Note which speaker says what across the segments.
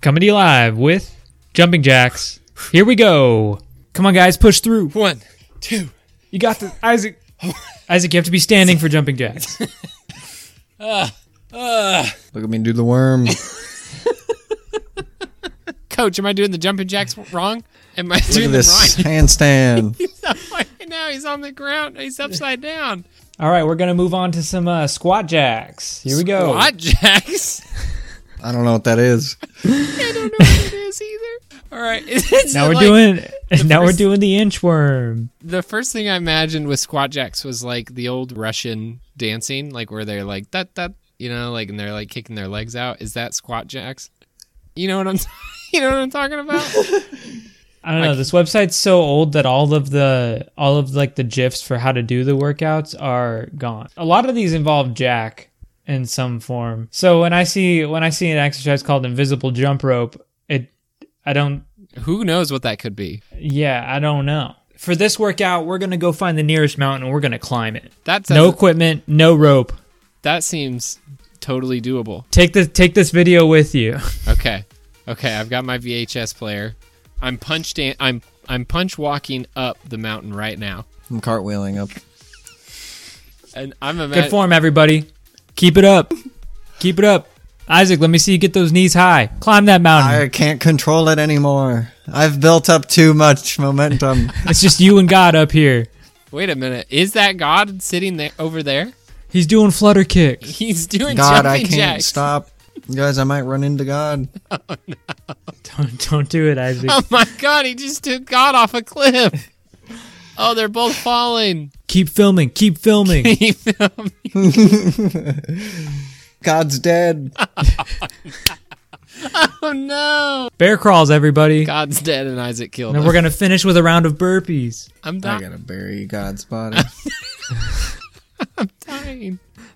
Speaker 1: coming to you live with jumping jacks. Here we go. Come on, guys, push through.
Speaker 2: One, two.
Speaker 1: You got this, Isaac. Isaac, you have to be standing for jumping jacks.
Speaker 2: Look at me do the worm.
Speaker 3: Coach, am I doing the jumping jacks wrong? Am I
Speaker 2: Look
Speaker 3: doing
Speaker 2: at
Speaker 3: them
Speaker 2: this handstand.
Speaker 3: right? now he's on the ground. He's upside down.
Speaker 1: All right, we're gonna move on to some uh, squat jacks. Here we go.
Speaker 3: What jacks?
Speaker 2: I don't know what that is.
Speaker 3: I don't know what it is either. All right. It's
Speaker 1: Now we're
Speaker 3: like-
Speaker 1: doing. Now we we're
Speaker 3: first-
Speaker 1: doing the inchworm.
Speaker 3: The first thing I imagined with squat jacks was like the old Russian dancing, like where they're like that that you know, like and they're like kicking their legs out. Is that squat jacks? You know what I'm. you know what I'm talking about?
Speaker 1: I don't know. this website's so old that all of the all of like the gifs for how to do the workouts are gone. A lot of these involve jack in some form. So when I see when I see an exercise called invisible jump rope, it I don't
Speaker 3: Who knows what that could be?
Speaker 1: yeah, I don't know. For this workout, we're going to go find the nearest mountain and we're going to climb it.
Speaker 3: That's
Speaker 1: No equipment, no rope.
Speaker 3: That seems totally doable.
Speaker 1: Take this take this video with you.
Speaker 3: Okay. Okay, I've got my VHS player. I'm punch dan- I'm I'm punch walking up the mountain right now.
Speaker 2: I'm cartwheeling up.
Speaker 3: And I'm
Speaker 1: Good
Speaker 3: imagin-
Speaker 1: form everybody. Keep it up. Keep it up. Isaac, let me see you get those knees high. Climb that mountain.
Speaker 2: I can't control it anymore. I've built up too much momentum.
Speaker 1: It's just you and God up here.
Speaker 3: Wait a minute. Is that God sitting there over there?
Speaker 1: He's doing flutter kicks.
Speaker 3: He's doing
Speaker 2: God,
Speaker 3: jumping
Speaker 2: I can't
Speaker 3: jacks.
Speaker 2: stop. You guys, I might run into God.
Speaker 1: Don't don't do it, Isaac.
Speaker 3: Oh my god, he just took God off a cliff. Oh, they're both falling.
Speaker 1: keep filming. Keep filming.
Speaker 3: He filmed-
Speaker 2: God's dead.
Speaker 3: oh no.
Speaker 1: Bear crawls, everybody.
Speaker 3: God's dead and Isaac killed
Speaker 1: And then
Speaker 3: him.
Speaker 1: we're gonna finish with a round of burpees.
Speaker 3: I'm
Speaker 2: I
Speaker 3: dying.
Speaker 2: gotta bury God's body.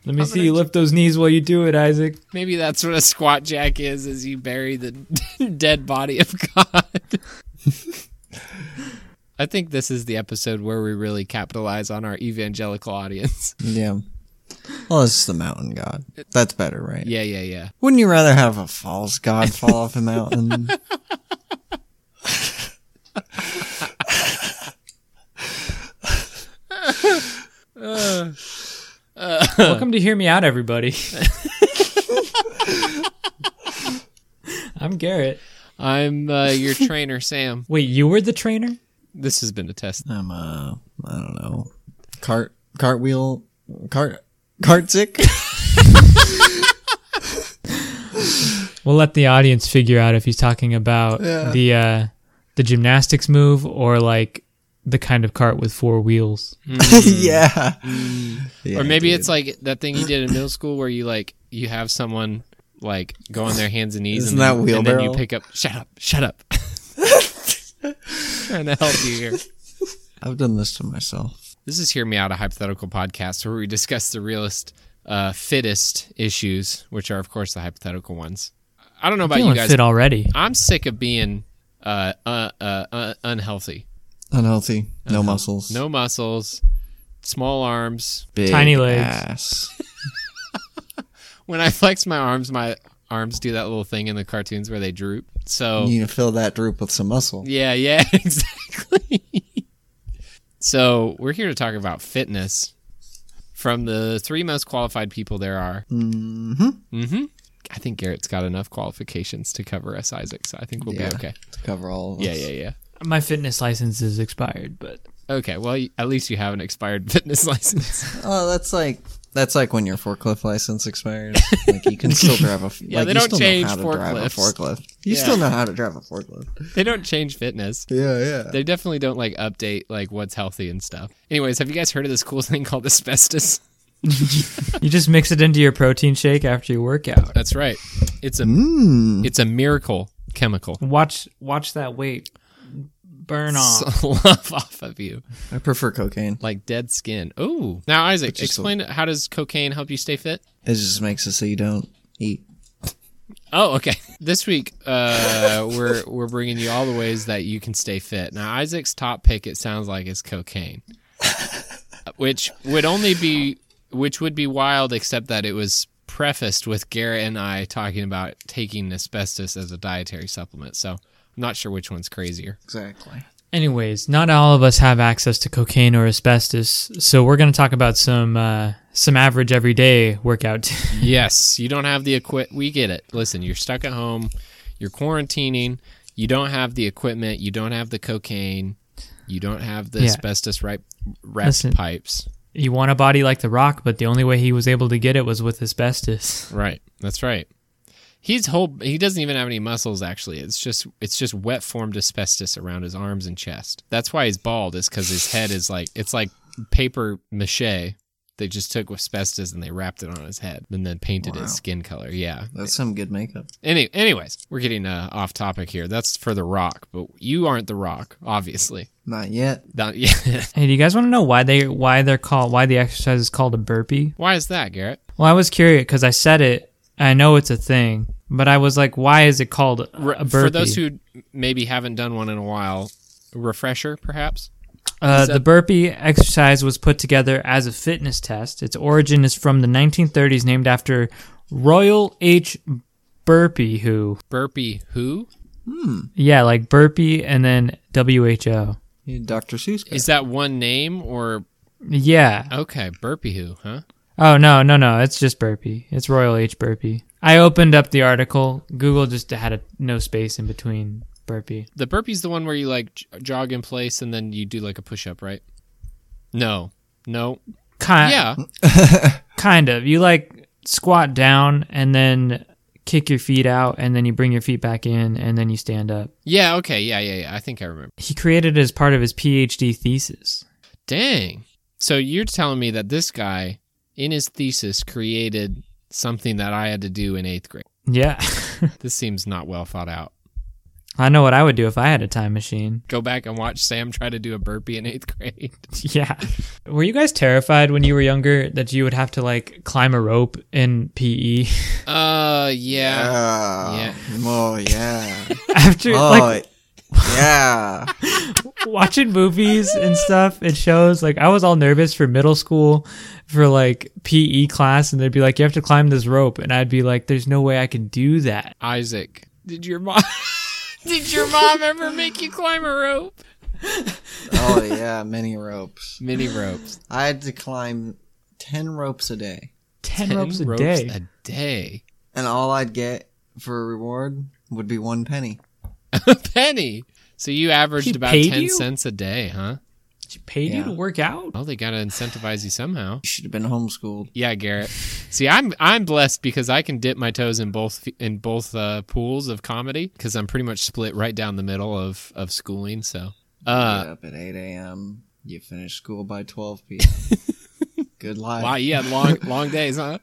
Speaker 1: Let me see you lift those knees while you do it, Isaac.
Speaker 3: Maybe that's what a squat jack is is you bury the dead body of God. I think this is the episode where we really capitalize on our evangelical audience.
Speaker 2: Yeah. Well, it's the mountain God. That's better, right?
Speaker 3: Yeah, yeah, yeah.
Speaker 2: Wouldn't you rather have a false God fall off a mountain?
Speaker 1: Welcome to Hear Me Out, everybody. I'm Garrett.
Speaker 3: I'm uh, your trainer, Sam.
Speaker 1: Wait, you were the trainer?
Speaker 3: This has been a test.
Speaker 2: I'm uh I don't know. Cart cartwheel cart cart sick?
Speaker 1: We'll let the audience figure out if he's talking about
Speaker 2: Yeah.
Speaker 1: the uh, the gymnastics move or like the kind of cart with four wheels.
Speaker 2: yeah.
Speaker 3: Mm. or maybe it's like that thing you did in middle school where you like you have someone like go on their hands and knees
Speaker 2: Isn't
Speaker 3: and,
Speaker 2: that
Speaker 3: then, and then you
Speaker 2: wheelbarrow?
Speaker 3: pick up shut up, shut up. Trying to help you here.
Speaker 2: I've done this to myself.
Speaker 3: This is Hear Me Out, a hypothetical podcast where we discuss the realest, uh, fittest issues, which are, of course, the hypothetical ones. I don't know about you
Speaker 1: Feeling
Speaker 3: guys.
Speaker 1: fit already.
Speaker 3: I'm sick of being uh, uh, uh, uh, unhealthy.
Speaker 2: Unhealthy.
Speaker 3: Uh-huh.
Speaker 2: No muscles.
Speaker 3: No muscles, small arms.
Speaker 2: big
Speaker 1: Tiny legs.
Speaker 2: ass.
Speaker 3: When I flex my arms, my arms do that little thing in the cartoons where they droop. So,
Speaker 2: You need to fill that droop with some muscle.
Speaker 3: yeah, yeah, exactly. so, we're here to talk about fitness from the three most qualified people there are
Speaker 2: Mm-hmm.
Speaker 3: Mm-hmm. I think Garrett's got enough qualifications to cover us, Isaac. So I think we'll
Speaker 2: Yeah.
Speaker 3: be okay.
Speaker 2: To cover all of
Speaker 3: Yeah,
Speaker 2: us.
Speaker 3: yeah, yeah.
Speaker 1: My fitness license is expired, but
Speaker 3: Okay. Well, you- at least you have an expired fitness license.
Speaker 2: Oh, that's like that's like when your forklift license expires. like you can still drive a f-
Speaker 3: Yeah,
Speaker 2: like,
Speaker 3: they
Speaker 2: you
Speaker 3: don't
Speaker 2: still
Speaker 3: change
Speaker 2: know how to drive a
Speaker 3: forklifts.
Speaker 2: forklift. You
Speaker 3: Yeah.
Speaker 2: still know how to drive a forklift.
Speaker 3: they don't change fitness.
Speaker 2: Yeah, yeah.
Speaker 3: They definitely don't like update like what's healthy and stuff. Anyways, have you guys heard of this cool thing called asbestos?
Speaker 1: you just mix it into your protein shake after your workout.
Speaker 3: That's right. It's a
Speaker 2: Mm.
Speaker 3: it's a miracle chemical.
Speaker 1: Watch watch that weight burn off.
Speaker 3: Slough off of you
Speaker 2: I prefer cocaine.
Speaker 3: like dead skin. Ooh. Now, Isaac,
Speaker 2: But you still-
Speaker 3: explain how does cocaine help you stay fit?
Speaker 2: It just makes it so you don't eat.
Speaker 3: Oh, okay. This week, uh, we're we're bringing you all the ways that you can stay fit. Now, Isaac's top pick, it sounds like, is cocaine, which would only be which would be wild, except that it was prefaced with Garrett and I talking about taking asbestos as a dietary supplement. So I'm not sure which one's crazier.
Speaker 2: Exactly.
Speaker 1: Anyways, not all of us have access to cocaine or asbestos, so we're going to talk about some uh, some average everyday workout.
Speaker 3: yes, you don't have the equip. We get it. Listen, you're stuck at home, you're quarantining, you don't have the equipment, you don't have the cocaine, you don't have the
Speaker 1: Yeah.
Speaker 3: asbestos ripe wrapped
Speaker 1: Listen.
Speaker 3: pipes.
Speaker 1: you want a body like The Rock, but the only way he was able to get it was with asbestos.
Speaker 3: Right. That's right. He's whole. He doesn't even have any muscles. Actually, it's just it's just wet formed asbestos around his arms and chest. That's why he's bald. Is because his head is like it's like paper mache. They just took asbestos and they wrapped it on his head and then painted
Speaker 2: Wow.
Speaker 3: his skin color. Yeah.
Speaker 2: That's some good makeup.
Speaker 3: Any, anyways, we're getting uh, off topic here. That's for The Rock, but you aren't The Rock, obviously.
Speaker 2: Not yet.
Speaker 3: Not- yeah.
Speaker 1: Hey, do you guys want to know why they why they're called why the exercise is called a burpee?
Speaker 3: Why is that, Garrett?
Speaker 1: Well, I was curious because I said it. I know it's a thing, but I was like, why is it called a burpee?
Speaker 3: For those who maybe haven't done one in a while, a refresher, perhaps.
Speaker 1: Uh,
Speaker 3: that-
Speaker 1: the burpee exercise was put together as a fitness test. Its origin is from the 1930s, named after Royal H. Burpee, who,
Speaker 3: Burpee who
Speaker 1: yeah, like burpee and then WHO.
Speaker 2: You Dr. Seuss. guy.
Speaker 3: is that one name or
Speaker 1: Yeah.
Speaker 3: okay? Burpee who? Huh?
Speaker 1: Oh, no, no, no. It's just burpee. It's Royal H. Burpee. I opened up the article. Google just had a, no space in between burpee.
Speaker 3: The burpee's the one where you like j- jog in place and then you do like a push up, right? No, no,
Speaker 1: Kind,
Speaker 3: yeah,
Speaker 1: Kind of. You like squat down and then kick your feet out and then you bring your feet back in and then you stand up.
Speaker 3: yeah. Okay, yeah, yeah, yeah. I think I remember.
Speaker 1: He created it as part of his PhD thesis.
Speaker 3: Dang. So you're telling me that this guy in his thesis created something that I had to do in eighth grade.
Speaker 1: Yeah.
Speaker 3: This seems not well thought out.
Speaker 1: I know what I would do if I had a time machine.
Speaker 3: Go back and watch Sam try to do a burpee in eighth grade.
Speaker 1: Yeah. Were you guys terrified when you were younger that you would have to like climb a rope in E? PE?
Speaker 3: Uh, yeah.
Speaker 2: Oh,
Speaker 3: Yeah.
Speaker 2: Oh, yeah.
Speaker 1: After
Speaker 2: oh,
Speaker 1: like
Speaker 2: yeah.
Speaker 1: watching movies and stuff, it shows like I was all nervous for middle school for like PE class and they'd be like you have to climb this rope and I'd be like there's no way I can do that.
Speaker 3: Isaac, did your mom did your mom ever make you climb a rope?
Speaker 2: Oh, yeah. Many ropes.
Speaker 3: Many ropes.
Speaker 2: I had to climb 10 ropes a day.
Speaker 1: 10,
Speaker 3: Ten
Speaker 1: ropes a day.
Speaker 3: A day.
Speaker 2: And all I'd get for a reward would be one penny.
Speaker 3: A penny. So you averaged
Speaker 1: She
Speaker 3: about
Speaker 1: paid
Speaker 3: ten
Speaker 1: you?
Speaker 3: cents a day, huh?
Speaker 1: She paid you
Speaker 2: Yeah.
Speaker 1: to work out?
Speaker 3: Well, they gotta incentivize you somehow.
Speaker 2: You should have been homeschooled.
Speaker 3: Yeah, Garrett. See, I'm I'm blessed because I can dip my toes in both in both uh, pools of comedy because I'm pretty much split right down the middle of of schooling. So, uh,
Speaker 2: Get up at 8 a.m. You finish school by 12 p.m. Good life.
Speaker 3: wow, you had long long days, huh?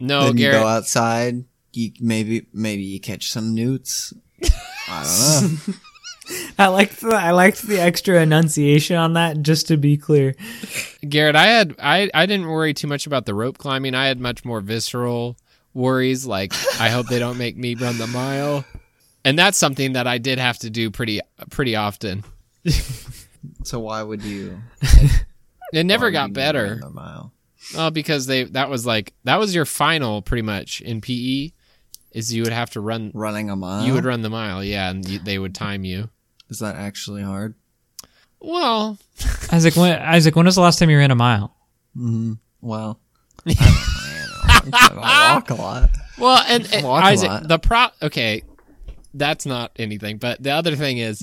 Speaker 3: No,
Speaker 2: then you
Speaker 3: Garrett.
Speaker 2: go outside. You maybe maybe you catch some newts. I don't know.
Speaker 1: I liked the I liked the extra enunciation on that just to be clear.
Speaker 3: Garrett, I had I I didn't worry too much about the rope climbing. I had much more visceral worries like I hope they don't make me run the mile. And that's something that I did have to do pretty pretty often.
Speaker 2: so why would you?
Speaker 3: It never
Speaker 2: why
Speaker 3: got
Speaker 2: would you
Speaker 3: better.
Speaker 2: run the mile?
Speaker 3: Well, because they that was like that was your final pretty much in PE is you would have to run
Speaker 2: Running a mile.
Speaker 3: you would run the mile, yeah, and you, they would time you.
Speaker 2: Is that actually hard?
Speaker 3: Well,
Speaker 1: Isaac, when, Isaac, when was the last time you ran a mile?
Speaker 2: Mm-hmm. Well, I don't know, man. I walk a lot.
Speaker 3: well, and, and
Speaker 2: Walk a
Speaker 3: Isaac,
Speaker 2: lot.
Speaker 3: the pro okay, that's not anything, but the other thing is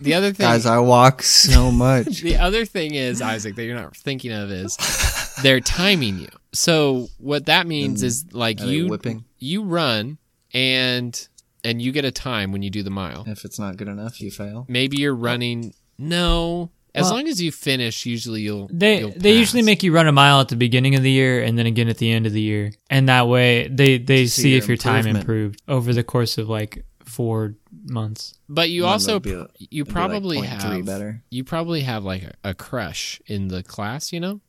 Speaker 3: the other thing
Speaker 2: Guys, I walk so much.
Speaker 3: the other thing is Isaac that you're not thinking of is they're timing you. So what that means is like
Speaker 2: are they
Speaker 3: you
Speaker 2: whipping?
Speaker 3: you run and and you get a time when you do the mile.
Speaker 2: if it's not good enough, you fail.
Speaker 3: maybe you're running no as
Speaker 1: Well-
Speaker 3: long as you finish usually you'll
Speaker 1: They
Speaker 3: you'll
Speaker 1: they usually
Speaker 3: pass.
Speaker 1: make you run a mile at the beginning of the year and then again at the end of the year, and that way they they see,
Speaker 2: see your
Speaker 1: if your time
Speaker 2: improvement.
Speaker 1: improved over the course of like four months.
Speaker 3: but you also
Speaker 2: It'd be- it'd be
Speaker 3: you
Speaker 2: like
Speaker 3: probably
Speaker 2: 0.3
Speaker 3: have
Speaker 2: better.
Speaker 3: you probably have like a, a crush in the class you know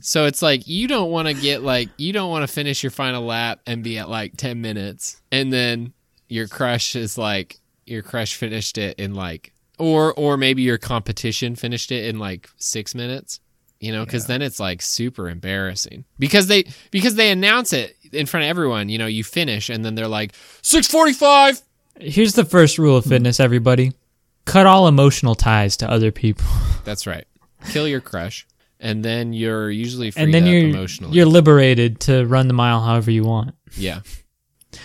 Speaker 3: so it's like you don't want to get like you don't want to finish your final lap and be at like 10 minutes and then your crush is like your crush finished it in like or or maybe your competition finished it in like 6 minutes you know, because then it's like super embarrassing because they because they announce it in front of everyone. You know, you finish and then they're like six forty five.
Speaker 1: Here's the first rule of fitness, everybody. Cut all emotional ties to other people.
Speaker 3: That's right. Kill your crush, and then you're usually freed
Speaker 1: and then
Speaker 3: up
Speaker 1: you're
Speaker 3: emotionally.
Speaker 1: you're liberated to run the mile however you want.
Speaker 3: yeah.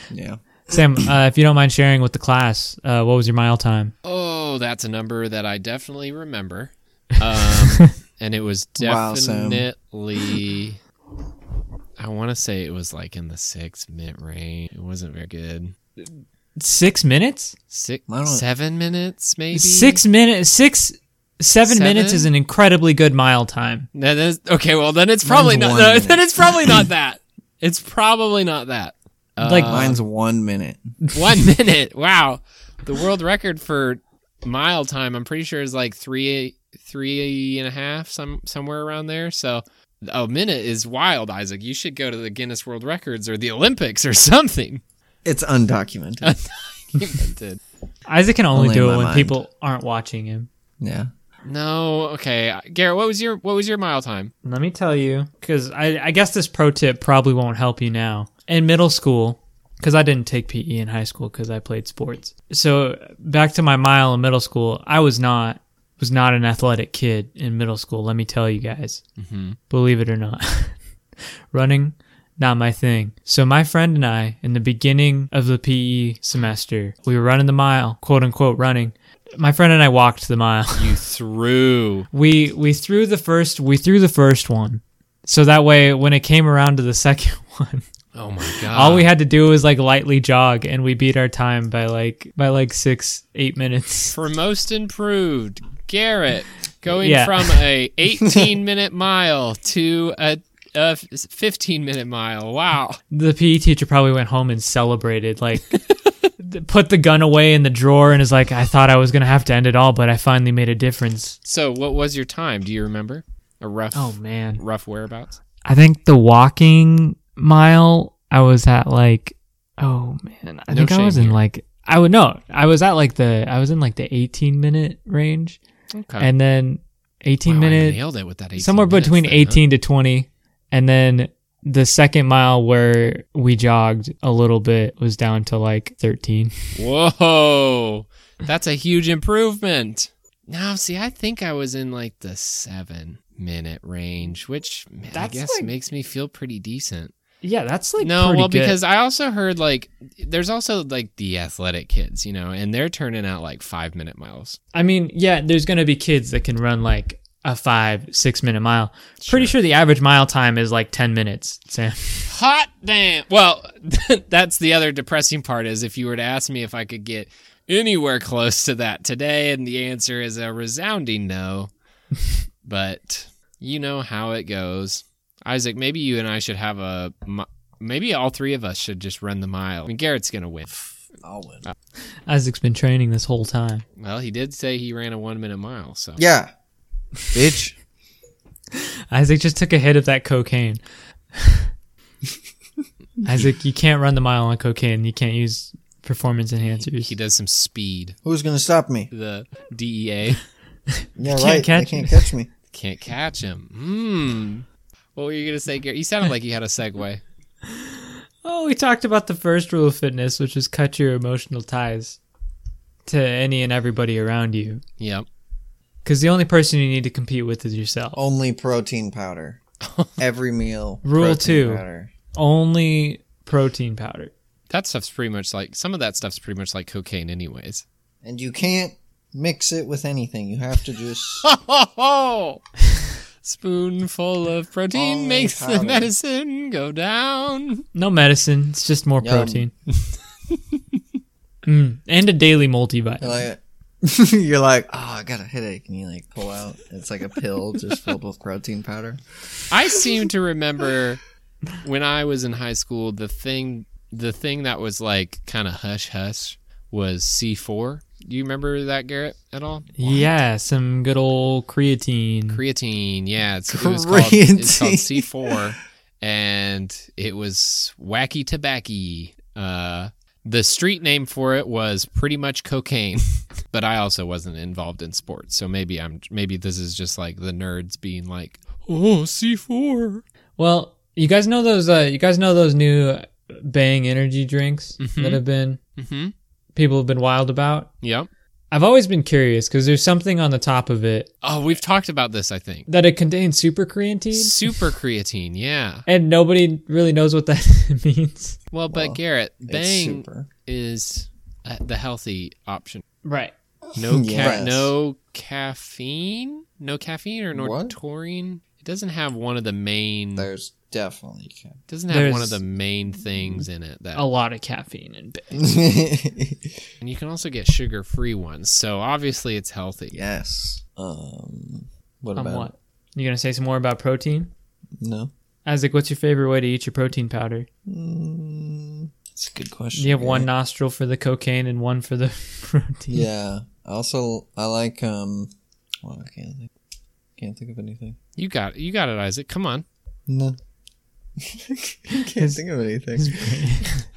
Speaker 2: Yeah.
Speaker 1: Sam, uh, if you don't mind sharing with the class, uh, what was your mile time?
Speaker 3: Oh, that's a number that I definitely remember. Um, and it was
Speaker 2: Wow, Sam.
Speaker 3: definitely. I want to say it was like in the six minute range. It wasn't very good.
Speaker 1: Six minutes.
Speaker 3: Six,
Speaker 2: I don't-
Speaker 3: seven minutes, maybe.
Speaker 1: Six minutes. Six. Seven,
Speaker 3: Seven?
Speaker 1: minutes is an incredibly good mile time.
Speaker 3: No, that is- okay, well then it's probably
Speaker 2: Mine's
Speaker 3: not.
Speaker 2: one
Speaker 3: No,
Speaker 2: minute.
Speaker 3: then it's probably not that. It's probably not that. Uh,
Speaker 1: like
Speaker 2: Mine's one minute.
Speaker 3: One minute. Wow, the world record for mile time. I'm pretty sure is like three, three and a half, some somewhere around there. So a minute is wild, Isaac. You should go to the Guinness World Records or the Olympics or something.
Speaker 2: It's undocumented.
Speaker 3: You invented.
Speaker 1: Isaac can only,
Speaker 2: Only in
Speaker 1: do it
Speaker 2: my
Speaker 1: when
Speaker 2: mind.
Speaker 1: people aren't watching him.
Speaker 2: yeah.
Speaker 3: no, okay, Garrett. What was your what was your mile time?
Speaker 1: Let me tell you, because I, I guess this pro tip probably won't help you now. In middle school, because I didn't take PE in high school because I played sports. So back to my mile in middle school, I was not was not an athletic kid in middle school. Let me tell you guys, believe it or not, running not my thing. So my friend and I, in the beginning of the PE semester, we were running the mile, quote unquote running. My friend and I walked the mile
Speaker 3: You threw.
Speaker 1: we we threw the first we threw the first one so that way when it came around to the second one
Speaker 3: Oh my god.
Speaker 1: all we had to do was like lightly jog and we beat our time by like by like six eight minutes
Speaker 3: for most improved garrett going
Speaker 1: Yeah.
Speaker 3: from a 18 minute mile to a, a 15 minute mile wow
Speaker 1: the pe teacher probably went home and celebrated like th- put the gun away in the drawer and is like i thought i was gonna have to end it all but i finally made a difference
Speaker 3: so what was your time do you remember a rough
Speaker 1: oh man
Speaker 3: rough whereabouts
Speaker 1: i think the walking mile i was at like oh man i
Speaker 3: No
Speaker 1: think i
Speaker 3: shame
Speaker 1: was in
Speaker 3: here.
Speaker 1: like i would no i was at like the i was in like the 18 minute range
Speaker 3: okay
Speaker 1: and then 18
Speaker 3: Wow, I
Speaker 1: minute
Speaker 3: nailed it with that 18
Speaker 1: somewhere
Speaker 3: minutes
Speaker 1: between
Speaker 3: then, huh?
Speaker 1: 18 to 20 and then the second mile where we jogged a little bit was down to like 13
Speaker 3: whoa that's a huge improvement now see i think i was in like the seven minute range which man, i
Speaker 1: That's
Speaker 3: guess
Speaker 1: like-
Speaker 3: makes me feel pretty decent
Speaker 1: yeah that's like
Speaker 3: no well because i also heard like there's also like the athletic kids you know and they're turning out like five minute miles
Speaker 1: i mean yeah there's gonna be kids that can run like a five six minute mile pretty sure the average mile time is like 10 minutes sam
Speaker 3: hot damn well that's the other depressing part is if you were to ask me if i could get anywhere close to that today and the answer is a resounding no but you know how it goes isaac maybe you and i should have a mi- maybe all three of us should just run the mile i mean garrett's gonna win
Speaker 2: I'll win.
Speaker 1: isaac's been training this whole time
Speaker 3: well he did say he ran a one minute mile so
Speaker 2: Yeah. Bitch.
Speaker 1: Isaac just took a hit of that cocaine. Isaac, you can't run the mile on cocaine. You can't use performance enhancers.
Speaker 3: he does some speed
Speaker 2: Who's gonna stop me?
Speaker 3: the DEA
Speaker 1: They
Speaker 2: Yeah,
Speaker 1: can't
Speaker 2: right.
Speaker 1: catch
Speaker 2: they can't
Speaker 1: me.
Speaker 2: catch me.
Speaker 3: can't catch him. Hmm. What were you gonna say, Gary? You sounded like you had a segue.
Speaker 1: Oh, we talked about the first rule of fitness, which is cut your emotional ties to any and everybody around you.
Speaker 3: Yep.
Speaker 1: Because the only person you need to compete with is yourself.
Speaker 2: Only protein powder. Every meal.
Speaker 1: Rule
Speaker 2: protein
Speaker 1: two.
Speaker 2: powder.
Speaker 1: Only protein powder.
Speaker 3: That stuff's pretty much like some of that stuff's pretty much like cocaine, anyways.
Speaker 2: And you can't mix it with anything. You have to just
Speaker 3: Spoonful of protein
Speaker 2: Only
Speaker 3: makes the
Speaker 2: powder.
Speaker 3: medicine go down.
Speaker 1: No medicine. It's just more
Speaker 2: Yum.
Speaker 1: protein. mm, and a daily multivitamin.
Speaker 2: you're like
Speaker 1: Mm-hmm.
Speaker 2: you're like, oh, I got a headache, and you like pull out. It's like a pill just filled with protein powder.
Speaker 3: I seem to remember when I was in high school, the thing the thing that was like kind of hush hush was C four. Do you remember that, Garrett, at all?
Speaker 1: Yeah, some good old creatine.
Speaker 3: creatine. Yeah, it's, it was called, it's called
Speaker 2: Creatine.
Speaker 3: C4, and it was wacky tobacco. Uh, the street name for it was pretty much cocaine, but I also wasn't involved in sports, so maybe I'm maybe this is just like the nerds being like, Oh, C4.
Speaker 1: Well, you guys know those. Uh, you guys know those new Bang energy drinks that
Speaker 3: Mhm.
Speaker 1: have been
Speaker 3: Mm-hmm.
Speaker 1: people have been wild about.
Speaker 3: Yep.
Speaker 1: I've always been curious because there's something on the top of it
Speaker 3: Oh, we've talked about this, I think.
Speaker 1: that it contains super creatine,
Speaker 3: Super creatine, yeah.
Speaker 1: and nobody really knows what that means.
Speaker 3: Well, but
Speaker 2: Well,
Speaker 3: Garrett,
Speaker 2: It's
Speaker 3: Bang
Speaker 2: super.
Speaker 3: is uh, the healthy option.
Speaker 1: Right.
Speaker 3: No, ca-
Speaker 2: Yes.
Speaker 3: no caffeine, no caffeine or no
Speaker 2: What?
Speaker 3: taurine. It doesn't have one of the main.
Speaker 2: There's definitely. ca-
Speaker 3: doesn't have one
Speaker 1: there's- Oh.
Speaker 3: of the main things in it that,
Speaker 1: A lot of caffeine in Bang.
Speaker 3: and you can also get sugar-free ones. So obviously, it's healthy.
Speaker 2: yes. Um. What
Speaker 1: On
Speaker 2: about
Speaker 1: what? You gonna say some more about protein?
Speaker 2: no?
Speaker 1: Isaac, what's your favorite way to eat your protein powder?
Speaker 2: Mm, That's a good question.
Speaker 1: You have one
Speaker 2: right?
Speaker 1: nostril for the cocaine and one for the protein.
Speaker 2: Yeah. I Also, I like um. Well, I can't think. Can't think of anything.
Speaker 3: You got, you got it, Isaac. Come on.
Speaker 2: No. can't think of anything.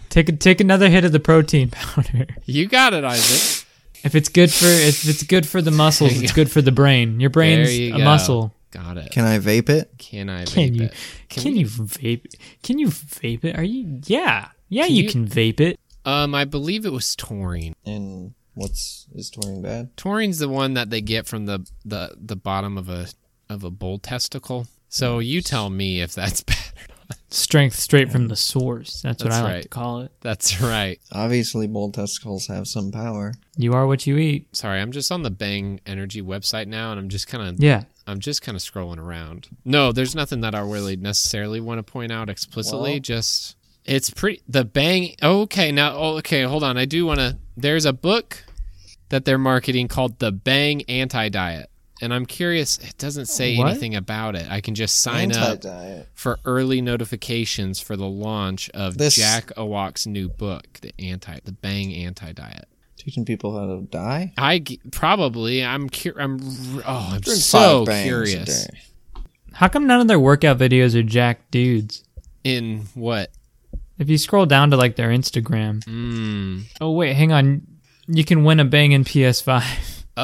Speaker 1: Take a, take another hit of the protein powder.
Speaker 3: You got it, Isaac.
Speaker 1: If it's good for if it's good for the muscles,
Speaker 3: you
Speaker 1: it's good for the brain. Your brain's
Speaker 3: There you
Speaker 1: a
Speaker 3: go.
Speaker 1: muscle.
Speaker 3: got it. Can,
Speaker 2: Can I vape it?
Speaker 3: I?
Speaker 1: Can
Speaker 3: vape
Speaker 1: you
Speaker 3: it?
Speaker 1: can,
Speaker 3: Can
Speaker 1: you vape can you vape it? Are you yeah. Yeah,
Speaker 3: Can
Speaker 1: you,
Speaker 3: you-
Speaker 1: can vape it.
Speaker 3: Um, I believe it was taurine.
Speaker 2: And what's is touring bad?
Speaker 3: Taurine's the one that they get from the the the bottom of a of a bull testicle. So you tell me if that's bad. or not.
Speaker 1: Strength straight from the source. That's, what
Speaker 3: That's
Speaker 1: I like
Speaker 3: right.
Speaker 1: to call it.
Speaker 3: That's right.
Speaker 2: Obviously, bull testicles have some power.
Speaker 1: You are what you eat.
Speaker 3: Sorry, I'm just on the Bang Energy website now, and I'm just kind of
Speaker 1: Yeah.
Speaker 3: I'm just kind of scrolling around. No, there's nothing that I really necessarily want to point out explicitly.
Speaker 2: Well-
Speaker 3: just it's pretty the Bang. Okay, now oh, okay, hold on. I do want to. There's a book that they're marketing called the Bang Anti Diet, and I'm curious. It doesn't say
Speaker 1: What?
Speaker 3: anything about it. I can just sign up.
Speaker 2: diet.
Speaker 3: for early notifications for the launch of
Speaker 2: This-
Speaker 3: Jack Owak's new book, the anti, the Bang Anti Diet.
Speaker 2: Teaching people how to die.
Speaker 3: I g- probably I'm cu- I'm r- oh I'm
Speaker 2: Drink
Speaker 3: so
Speaker 2: five bangs a
Speaker 3: curious
Speaker 2: day.
Speaker 1: How come none of their workout videos are jacked dudes?
Speaker 3: in what
Speaker 1: If you scroll down to like their Instagram.
Speaker 3: mm.
Speaker 1: Oh wait, hang on. You can win a bang in PS5.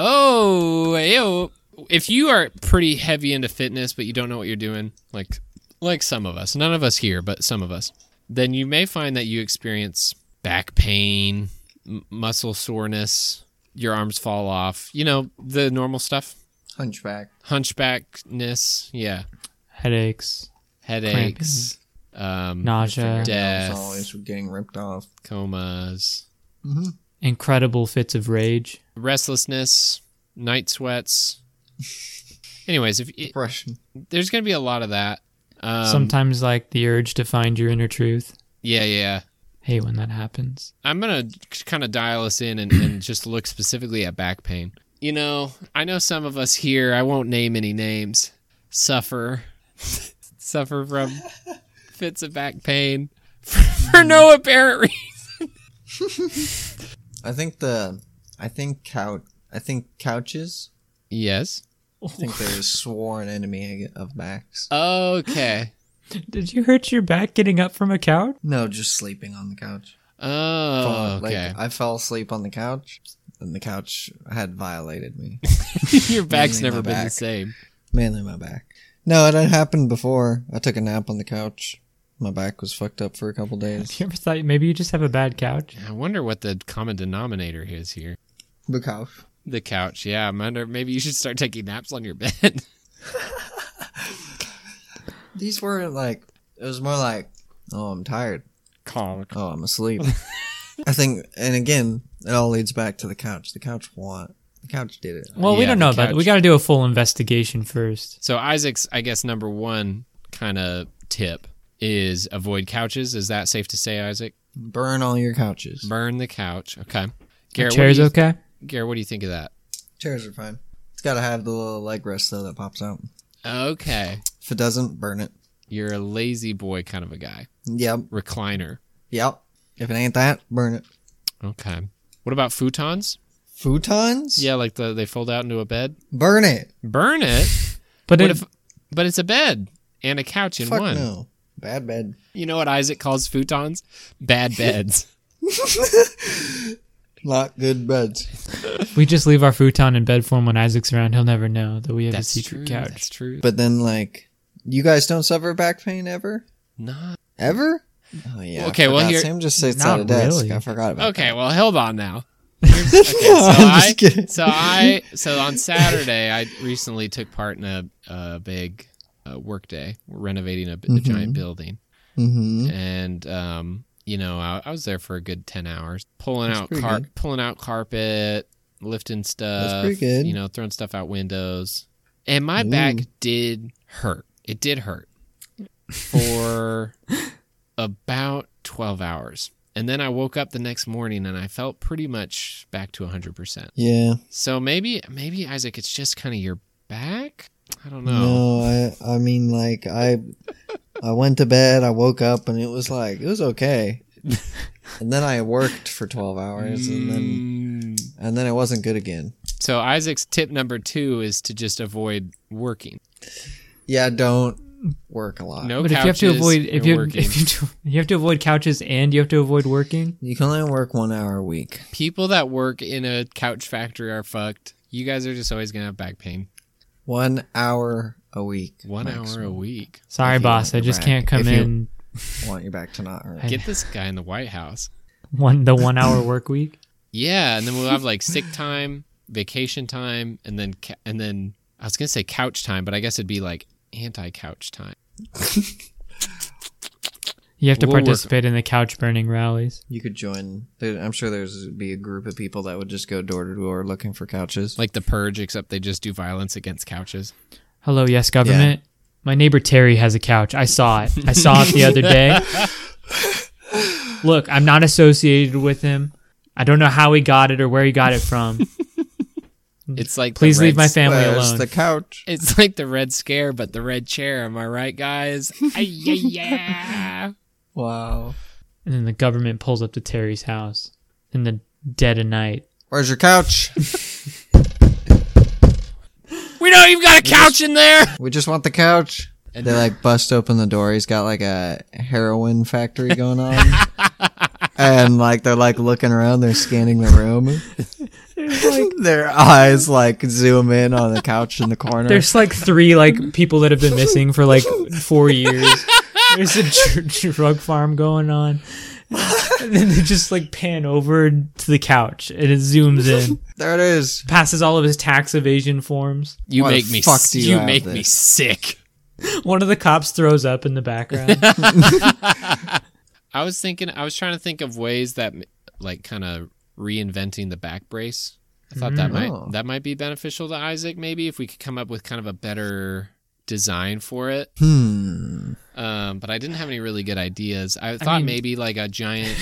Speaker 3: oh ew. if you are pretty heavy into fitness but you don't know what you're doing like like some of us none of us here but some of us then you may find that you experience back pain m- muscle soreness your arms fall off you know the normal stuff
Speaker 2: Hunchback.
Speaker 3: hunchbackness, yeah,
Speaker 1: Headaches.
Speaker 3: headaches, um,
Speaker 1: nausea,
Speaker 3: Death.
Speaker 2: It's always getting ripped off.
Speaker 3: comas,
Speaker 1: incredible fits of rage.
Speaker 3: restlessness, night sweats. Anyways, if it,
Speaker 2: Depression.
Speaker 3: there's going to be a lot of that. Um,
Speaker 1: Sometimes, like the urge to find your inner truth.
Speaker 3: yeah, yeah.
Speaker 1: Hey, when that happens,
Speaker 3: I'm gonna kind of dial us in and, and just look specifically at back pain. You know, I know some of us here. I won't name any names. Suffer, suffer from fits of back pain for, for
Speaker 2: Mm.
Speaker 3: no apparent reason.
Speaker 2: I think the. I think couch. I think couches.
Speaker 3: Yes.
Speaker 2: I think they're a sworn enemy of backs.
Speaker 3: Okay.
Speaker 1: did you hurt your back getting up from a couch?
Speaker 2: No, just sleeping on the couch.
Speaker 3: Oh, okay.
Speaker 2: Like I fell asleep on the couch, and the couch had violated me.
Speaker 3: Your back's
Speaker 2: Mainly my
Speaker 3: never been the
Speaker 2: back.
Speaker 3: same.
Speaker 2: Mainly my back. No, it had happened before. I took a nap on the couch. My back was fucked up for a couple days.
Speaker 1: You ever thought maybe you just have a bad couch?
Speaker 3: I wonder what the common denominator is here.
Speaker 2: The couch.
Speaker 3: The couch. Yeah, I wonder. Maybe you should start taking naps on your bed.
Speaker 2: These weren't like. It was more like, oh, I'm tired.
Speaker 3: Conk.
Speaker 2: Oh, I'm asleep. I think, and again, it all leads back to the couch. The couch want. The couch did it.
Speaker 1: Well, we
Speaker 3: Yeah,
Speaker 1: don't
Speaker 3: the
Speaker 1: know about it.
Speaker 3: couch.
Speaker 1: We got to do a full investigation first.
Speaker 3: So Isaac's, I guess, number one kind of tip is avoid couches. Is that safe to say, Isaac?
Speaker 2: Burn all your couches.
Speaker 3: Burn the couch. Okay.
Speaker 1: Your
Speaker 3: Garrett, what
Speaker 1: chair's
Speaker 3: do you,
Speaker 1: okay.
Speaker 3: Garrett, what do you think of that?
Speaker 2: Chairs are fine. It's got to have the little leg rest though that pops out.
Speaker 3: Okay.
Speaker 2: If it doesn't, burn it.
Speaker 3: You're a lazy boy kind of a guy.
Speaker 2: Yep,
Speaker 3: Recliner.
Speaker 2: yep. If it ain't that, burn it.
Speaker 3: Okay. What about futons?
Speaker 2: Futons?
Speaker 3: Yeah, like the, they fold out into a bed.
Speaker 2: Burn it.
Speaker 3: Burn it.
Speaker 1: But it,
Speaker 3: What if, but it's a bed and a couch in
Speaker 2: Fuck
Speaker 3: one.
Speaker 2: no. Bad bed.
Speaker 3: You know what Isaac calls futons? Bad beds.
Speaker 2: Not good beds.
Speaker 1: we just leave our futon in bed form when Isaac's around. He'll never know that we have a
Speaker 3: that's
Speaker 1: secret
Speaker 3: true.
Speaker 1: couch.
Speaker 3: That's true.
Speaker 2: But then like You guys don't suffer back pain ever?
Speaker 3: Not
Speaker 2: Ever? Oh yeah. I
Speaker 3: Okay, well,
Speaker 2: forgot.
Speaker 3: here-
Speaker 2: Sam just sits
Speaker 1: Not
Speaker 2: at a desk.
Speaker 1: really.
Speaker 2: I forgot about.
Speaker 3: okay. Well, hold on now.
Speaker 2: That.
Speaker 3: Okay, so
Speaker 2: I'm
Speaker 3: I
Speaker 2: just kidding.
Speaker 3: so I so on Saturday I recently took part in a, a big uh, work day. We're renovating a, b- a giant building,
Speaker 2: Mm-hmm.
Speaker 3: and um, you know I, I was there for a good ten hours, pulling
Speaker 2: That's
Speaker 3: out
Speaker 2: pretty
Speaker 3: car-
Speaker 2: good.
Speaker 3: pulling out carpet, lifting stuff.
Speaker 2: pretty good.
Speaker 3: You know, throwing stuff out windows, and my back did hurt. It did hurt for about twelve hours. And then I woke up the next morning and I felt pretty much back to 100%.
Speaker 2: Yeah.
Speaker 3: So maybe maybe Isaac, it's just kind of your back. I don't know.
Speaker 2: No, I I mean like I I went to bed, I woke up and it was like it was okay. and then I worked for 12 hours and then
Speaker 3: Mm.
Speaker 2: and then it wasn't good again.
Speaker 3: So Isaac's tip number two is to just avoid working.
Speaker 2: Yeah, don't work a lot.
Speaker 3: No
Speaker 1: But if you have
Speaker 3: couches.
Speaker 1: to avoid
Speaker 3: you're
Speaker 1: if you
Speaker 3: working.
Speaker 1: if you do, you have to avoid couches and you have to avoid working.
Speaker 2: You can only work 1 hour a week.
Speaker 3: people that work in a couch factory are fucked. You guys are just always gonna have back pain.
Speaker 2: 1 hour a week.
Speaker 3: One hour
Speaker 2: maximum.
Speaker 3: a week.
Speaker 1: Sorry,
Speaker 2: If you
Speaker 1: boss, I
Speaker 2: want your
Speaker 1: just
Speaker 2: back.
Speaker 1: can't come
Speaker 2: If you-
Speaker 1: in
Speaker 2: Want your back to not hurt.
Speaker 1: Hey.
Speaker 3: Get this guy in the White House.
Speaker 1: one the one hour work week.
Speaker 3: Yeah, and then we'll have like sick time, vacation time, and then ca- and then I was gonna say couch time, but I guess it'd be like anti-couch time.
Speaker 1: You have to
Speaker 3: We'll work-
Speaker 1: participate in the couch burning rallies.
Speaker 2: You could join. there- I'm sure there's be a group of people that would just go door to door looking for couches.
Speaker 3: Like the purge, except they just do violence against couches.
Speaker 1: Hello, yes, government. My neighbor Terry has a couch. I saw it. I saw it the other day. Look, I'm not associated with him. I don't know how he got it or where he got it from.
Speaker 3: It's like the
Speaker 1: Mm. Please leave
Speaker 3: Red
Speaker 1: my family
Speaker 2: Where's
Speaker 1: alone.
Speaker 2: the couch?
Speaker 3: It's like the Red Scare, but the red chair. Am I right, guys? yeah.
Speaker 2: Wow.
Speaker 1: and then the government pulls up to Terry's house in the dead of night.
Speaker 2: Where's your couch?
Speaker 3: We don't even got a couch in there.
Speaker 2: We just want the couch.
Speaker 3: And
Speaker 2: they like bust open the door. He's got like a heroin factory going on. and like they're like looking around, they're scanning the room. Their eyes like zoom in on the couch in the corner.
Speaker 1: There's like three like people that have been missing for like four years. There's a dr- drug farm going on. And then they just like pan over to the couch and it zooms in,
Speaker 2: there it is.
Speaker 1: passes all of his tax evasion forms.
Speaker 3: You
Speaker 2: Why the
Speaker 3: make me.
Speaker 2: fuck
Speaker 3: s-
Speaker 2: do you
Speaker 3: you
Speaker 2: have
Speaker 3: make me
Speaker 2: this?
Speaker 3: sick.
Speaker 1: One of the cops throws up in the background.
Speaker 3: I was thinking. I was trying to think of ways that, like, kind of reinventing the back brace. I thought that might
Speaker 2: Oh.
Speaker 3: that might be beneficial to Isaac. Maybe if we could come up with kind of a better design for it.
Speaker 2: Hmm.
Speaker 3: Um, but I didn't have any really good ideas. I thought
Speaker 1: mean-
Speaker 3: maybe like a giant,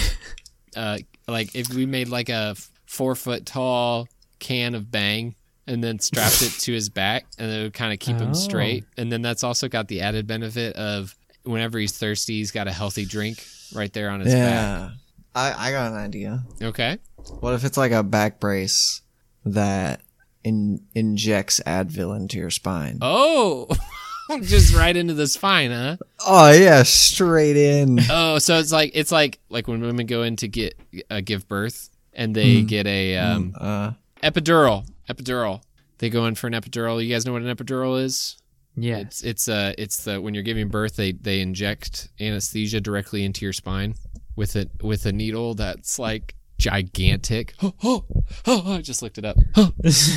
Speaker 3: uh, like if we made like a f- four foot tall can of bang and then strapped it to his back and it would kind of keep
Speaker 1: Oh.
Speaker 3: him straight. And then that's also got the added benefit of whenever he's thirsty, he's got a healthy drink right there on his
Speaker 2: Yeah. I, I got an idea.
Speaker 3: back. Okay.
Speaker 2: What if it's like a back brace that in, injects Advil into your spine? Oh,
Speaker 3: Oh, just right into the spine, huh?
Speaker 2: Oh, yeah, straight in.
Speaker 3: Oh, so it's like, it's like, like when women go in to get, uh, give birth and they
Speaker 1: Mm-hmm.
Speaker 3: get a, um,
Speaker 2: Uh,
Speaker 3: epidural epidural they go in for an epidural you guys know what an epidural is
Speaker 1: yeah.
Speaker 3: it's it's uh it's the when you're giving birth they they inject anesthesia directly into your spine with it with a needle that's like gigantic oh, oh, oh, i just looked it up Huh.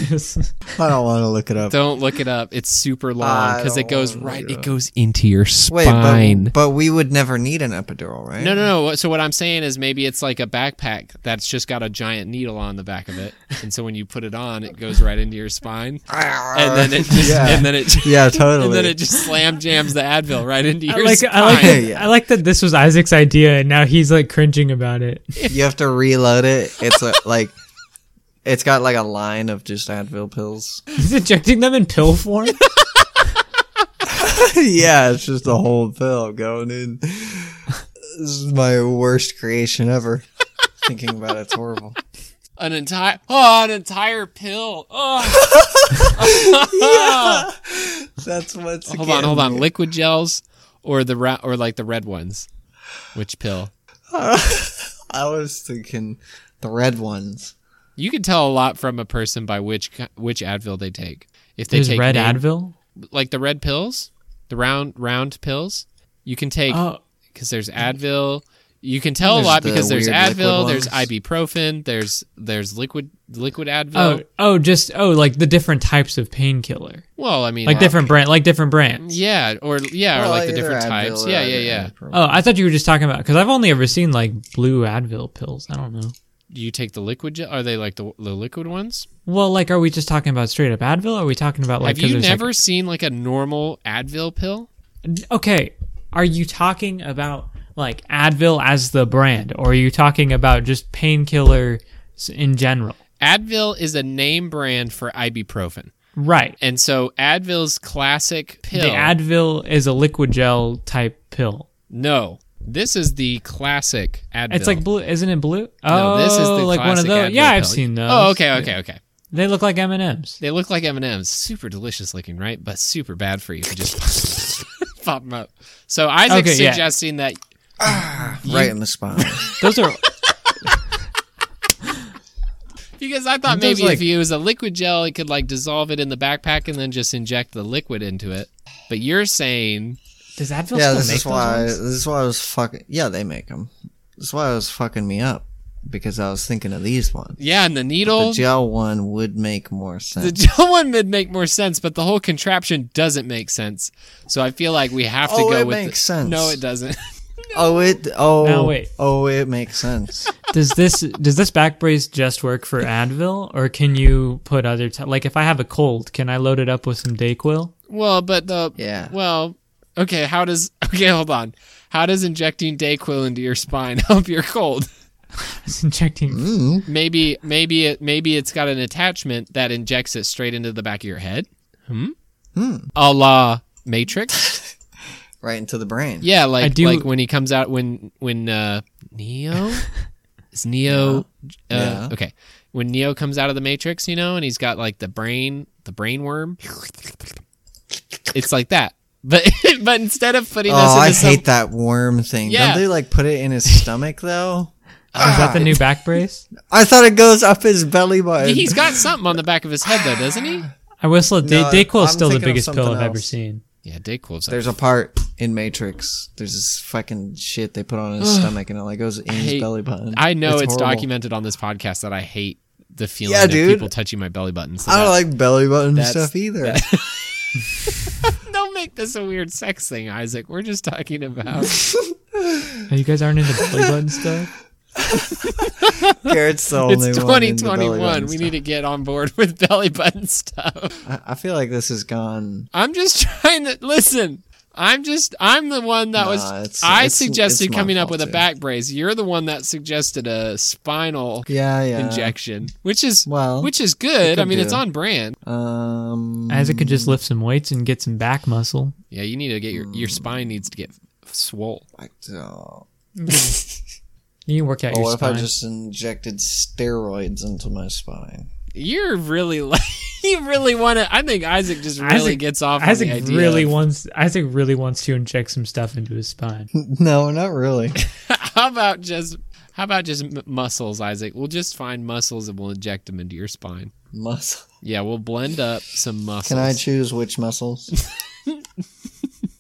Speaker 2: I don't want to look it up.
Speaker 3: don't look it up it's super long
Speaker 2: I
Speaker 3: because it
Speaker 2: don't
Speaker 3: goes
Speaker 2: wanna
Speaker 3: right
Speaker 2: look it
Speaker 3: it
Speaker 2: up.
Speaker 3: goes into your spine
Speaker 2: Wait, but, but we would never need an epidural, right?
Speaker 3: No, no, no. So what I'm saying is maybe it's like a backpack that's just got a giant needle on the back of it, and so when you put it on, it goes right into your spine, and then it just,
Speaker 2: yeah.
Speaker 3: and then it, just,
Speaker 2: yeah, totally.
Speaker 3: and then it just slam jams the Advil right into
Speaker 1: I
Speaker 3: your
Speaker 1: like,
Speaker 3: spine.
Speaker 1: I, like
Speaker 2: fine.
Speaker 1: that, I like that this was Isaac's idea and now he's like cringing about it.
Speaker 2: you have to reload it. It's a, like it's got like a line of just Advil pills.
Speaker 1: He's injecting them in pill form?
Speaker 2: yeah, it's just a whole pill going in. This is my worst creation ever. Thinking about it, it's horrible.
Speaker 3: an entire, oh, an entire pill. Oh,
Speaker 2: That's what's
Speaker 3: hold on,
Speaker 2: getting
Speaker 3: hold on.
Speaker 2: me.
Speaker 3: Liquid gels or the ra- or like the red ones. Which pill?
Speaker 2: I was thinking the red ones.
Speaker 3: You can tell a lot from a person by which ki- which Advil they take. If they
Speaker 1: There's
Speaker 3: take
Speaker 1: red
Speaker 3: name-
Speaker 1: Advil?
Speaker 3: like the red pills, the round round pills. You can take
Speaker 1: Oh,
Speaker 3: because there's Advil. You can tell
Speaker 2: There's
Speaker 3: a lot
Speaker 2: the
Speaker 3: because there's
Speaker 2: weird liquid
Speaker 3: Advil, there's
Speaker 2: ones.
Speaker 3: ibuprofen, there's there's liquid liquid Advil.
Speaker 1: oh, oh, just oh, like the different types of painkiller,
Speaker 3: well, I mean,
Speaker 1: like different brand, like different brands.
Speaker 3: yeah, or yeah,
Speaker 2: Well,
Speaker 3: or like the
Speaker 2: either
Speaker 3: different
Speaker 2: Advil
Speaker 3: types.
Speaker 2: or
Speaker 3: Yeah,
Speaker 2: other
Speaker 3: yeah, yeah.
Speaker 2: ibuprofen.
Speaker 1: Oh, I thought you were just talking about because I've only ever seen like blue Advil pills. I don't know.
Speaker 3: Do you take the liquid? gel? Are they like the, the liquid ones?
Speaker 1: Well, like, are we just talking about straight up Advil? Or are we talking about like?
Speaker 3: Have
Speaker 1: 'cause
Speaker 3: you
Speaker 1: there's, like-
Speaker 3: never seen like a normal Advil pill?
Speaker 1: okay, are you talking about like Advil as the brand, or are you talking about just painkillers in general?
Speaker 3: Advil is a name brand for ibuprofen,
Speaker 1: Right.
Speaker 3: and so Advil's classic pill.
Speaker 1: The Advil is a liquid gel type pill.
Speaker 3: no, this is the classic Advil.
Speaker 1: It's like blue, isn't it blue?
Speaker 3: no,
Speaker 1: oh,
Speaker 3: this is the
Speaker 1: like one of
Speaker 3: classic
Speaker 1: those.
Speaker 3: Advil
Speaker 1: yeah, I've
Speaker 3: pill.
Speaker 1: seen those.
Speaker 3: Oh, okay, okay, okay.
Speaker 1: They look like M and M's.
Speaker 3: They look like M and M's, super delicious looking, right? But super bad for you if you just pop them up. So Isaac's
Speaker 1: Okay, yeah.
Speaker 3: suggesting that
Speaker 2: right in the spine.
Speaker 1: Those are
Speaker 3: because I thought
Speaker 1: Aren't those
Speaker 3: maybe
Speaker 1: like-
Speaker 3: if you use a liquid gel, it could like dissolve it in the backpack and then just inject the liquid into it. But you're saying
Speaker 1: does Advil
Speaker 2: yeah,
Speaker 1: still
Speaker 2: this
Speaker 1: make
Speaker 2: is
Speaker 1: those
Speaker 2: why.
Speaker 1: ones?
Speaker 2: This is why I was fucking. Yeah, they make them. This is why I was fucking me up because I was thinking of these ones.
Speaker 3: yeah, and the
Speaker 2: The
Speaker 3: needle,
Speaker 2: gel one would make more sense.
Speaker 3: the gel one would make more sense, but the whole contraption doesn't make sense. So I feel like we have to
Speaker 2: Oh,
Speaker 3: go
Speaker 2: it
Speaker 3: with
Speaker 2: makes
Speaker 3: the-
Speaker 2: sense.
Speaker 3: No, it doesn't.
Speaker 2: oh, it. Oh,
Speaker 1: Now wait.
Speaker 2: Oh, it makes sense.
Speaker 1: Does this does this back brace just work for Advil, or can you put other t- like if I have a cold, can I load it up with some Dayquil?
Speaker 3: Well, but the
Speaker 2: Yeah.
Speaker 3: Well, okay. How does okay? Hold on. How does injecting Dayquil into your spine help your cold?
Speaker 1: It's injecting.
Speaker 2: Mm.
Speaker 3: Maybe, maybe it, maybe it's got an attachment that injects it straight into the back of your head. Hmm. Hmm. A la Matrix.
Speaker 2: right into the brain.
Speaker 3: Yeah, like
Speaker 1: do-
Speaker 3: like when he comes out when when uh Neo is Neo
Speaker 2: Yeah.
Speaker 3: Uh, okay. When Neo comes out of the Matrix, you know, and he's got like the brain the brain worm. It's like that. But but instead of putting
Speaker 2: Oh,
Speaker 3: us
Speaker 2: I
Speaker 3: into some-
Speaker 2: hate that worm thing.
Speaker 3: Yeah.
Speaker 2: Don't they like put it in his stomach though?
Speaker 1: Is that the
Speaker 2: Ah.
Speaker 1: new back brace?
Speaker 2: I thought it goes up his belly button.
Speaker 3: he's got something on the back of his head though, doesn't he?
Speaker 1: I whistle. Day-
Speaker 2: No,
Speaker 1: Dayquil
Speaker 2: I'm
Speaker 1: is still the
Speaker 2: thinking of
Speaker 1: biggest pill
Speaker 2: something
Speaker 1: I've ever
Speaker 2: else.
Speaker 1: seen.
Speaker 3: Yeah, Dayquil's up.
Speaker 2: There's a part in Matrix. There's this fucking shit they put on his stomach, and it like goes in
Speaker 3: hate-
Speaker 2: his belly button.
Speaker 3: I know it's,
Speaker 2: horrible.
Speaker 3: documented on this podcast that I hate the feeling
Speaker 2: Yeah,
Speaker 3: of
Speaker 2: dude.
Speaker 3: people touching my belly button. So
Speaker 2: I don't
Speaker 3: that-
Speaker 2: like belly button
Speaker 3: That's-
Speaker 2: stuff either.
Speaker 3: don't make this a weird sex thing, Isaac. We're just talking about
Speaker 1: Oh, you guys aren't into belly button stuff.
Speaker 2: Garrett's the only
Speaker 3: It's
Speaker 2: one into belly
Speaker 3: 2021.
Speaker 2: button
Speaker 3: We
Speaker 2: stuff.
Speaker 3: need to get on board with belly button stuff.
Speaker 2: I, I feel like this has gone.
Speaker 3: I'm just trying to listen. I'm just I'm the one that
Speaker 2: Nah,
Speaker 3: was
Speaker 2: it's-
Speaker 3: I
Speaker 2: it's-
Speaker 3: suggested
Speaker 2: it's my
Speaker 3: coming up
Speaker 2: fault
Speaker 3: with a
Speaker 2: too.
Speaker 3: back brace. You're the one that suggested a spinal
Speaker 2: Yeah, yeah.
Speaker 3: injection, which is
Speaker 2: Well,
Speaker 3: which is good. I
Speaker 2: could
Speaker 3: mean,
Speaker 2: do.
Speaker 3: it's on brand.
Speaker 2: Um,
Speaker 1: Isaac could just lift some weights and get some back muscle.
Speaker 3: Yeah, you need to get your
Speaker 2: Mm.
Speaker 3: your spine needs to get f- swole.
Speaker 2: I don't-
Speaker 1: You can work out
Speaker 2: Oh,
Speaker 1: your
Speaker 2: what if I
Speaker 1: spine.
Speaker 2: just injected steroids into my spine?
Speaker 3: You're really like you really want to I think Isaac just really
Speaker 1: Isaac-
Speaker 3: gets off on
Speaker 1: Isaac
Speaker 3: the idea.
Speaker 1: really
Speaker 3: of-
Speaker 1: wants. Isaac really wants to inject some stuff into his spine.
Speaker 2: No, not really.
Speaker 3: How about just how about just m- muscles, Isaac? We'll just find muscles and we'll inject them into your spine.
Speaker 2: Muscle.
Speaker 3: Yeah, we'll blend up some muscles.
Speaker 2: Can I choose which muscles?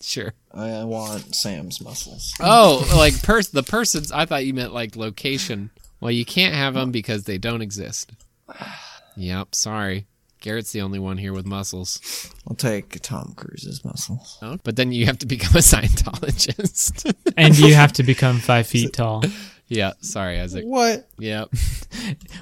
Speaker 3: sure.
Speaker 2: I want Sam's muscles.
Speaker 3: Oh, like pers- the persons. I thought you meant like location. Well, you can't have them because they don't exist. Yep. Sorry, Garrett's the only one here with muscles.
Speaker 2: I'll take Tom Cruise's muscles.
Speaker 3: Oh, But then you have to become a Scientologist.
Speaker 1: and you have to become five feet tall.
Speaker 3: yeah. Sorry, Isaac.
Speaker 2: What?
Speaker 3: Yep.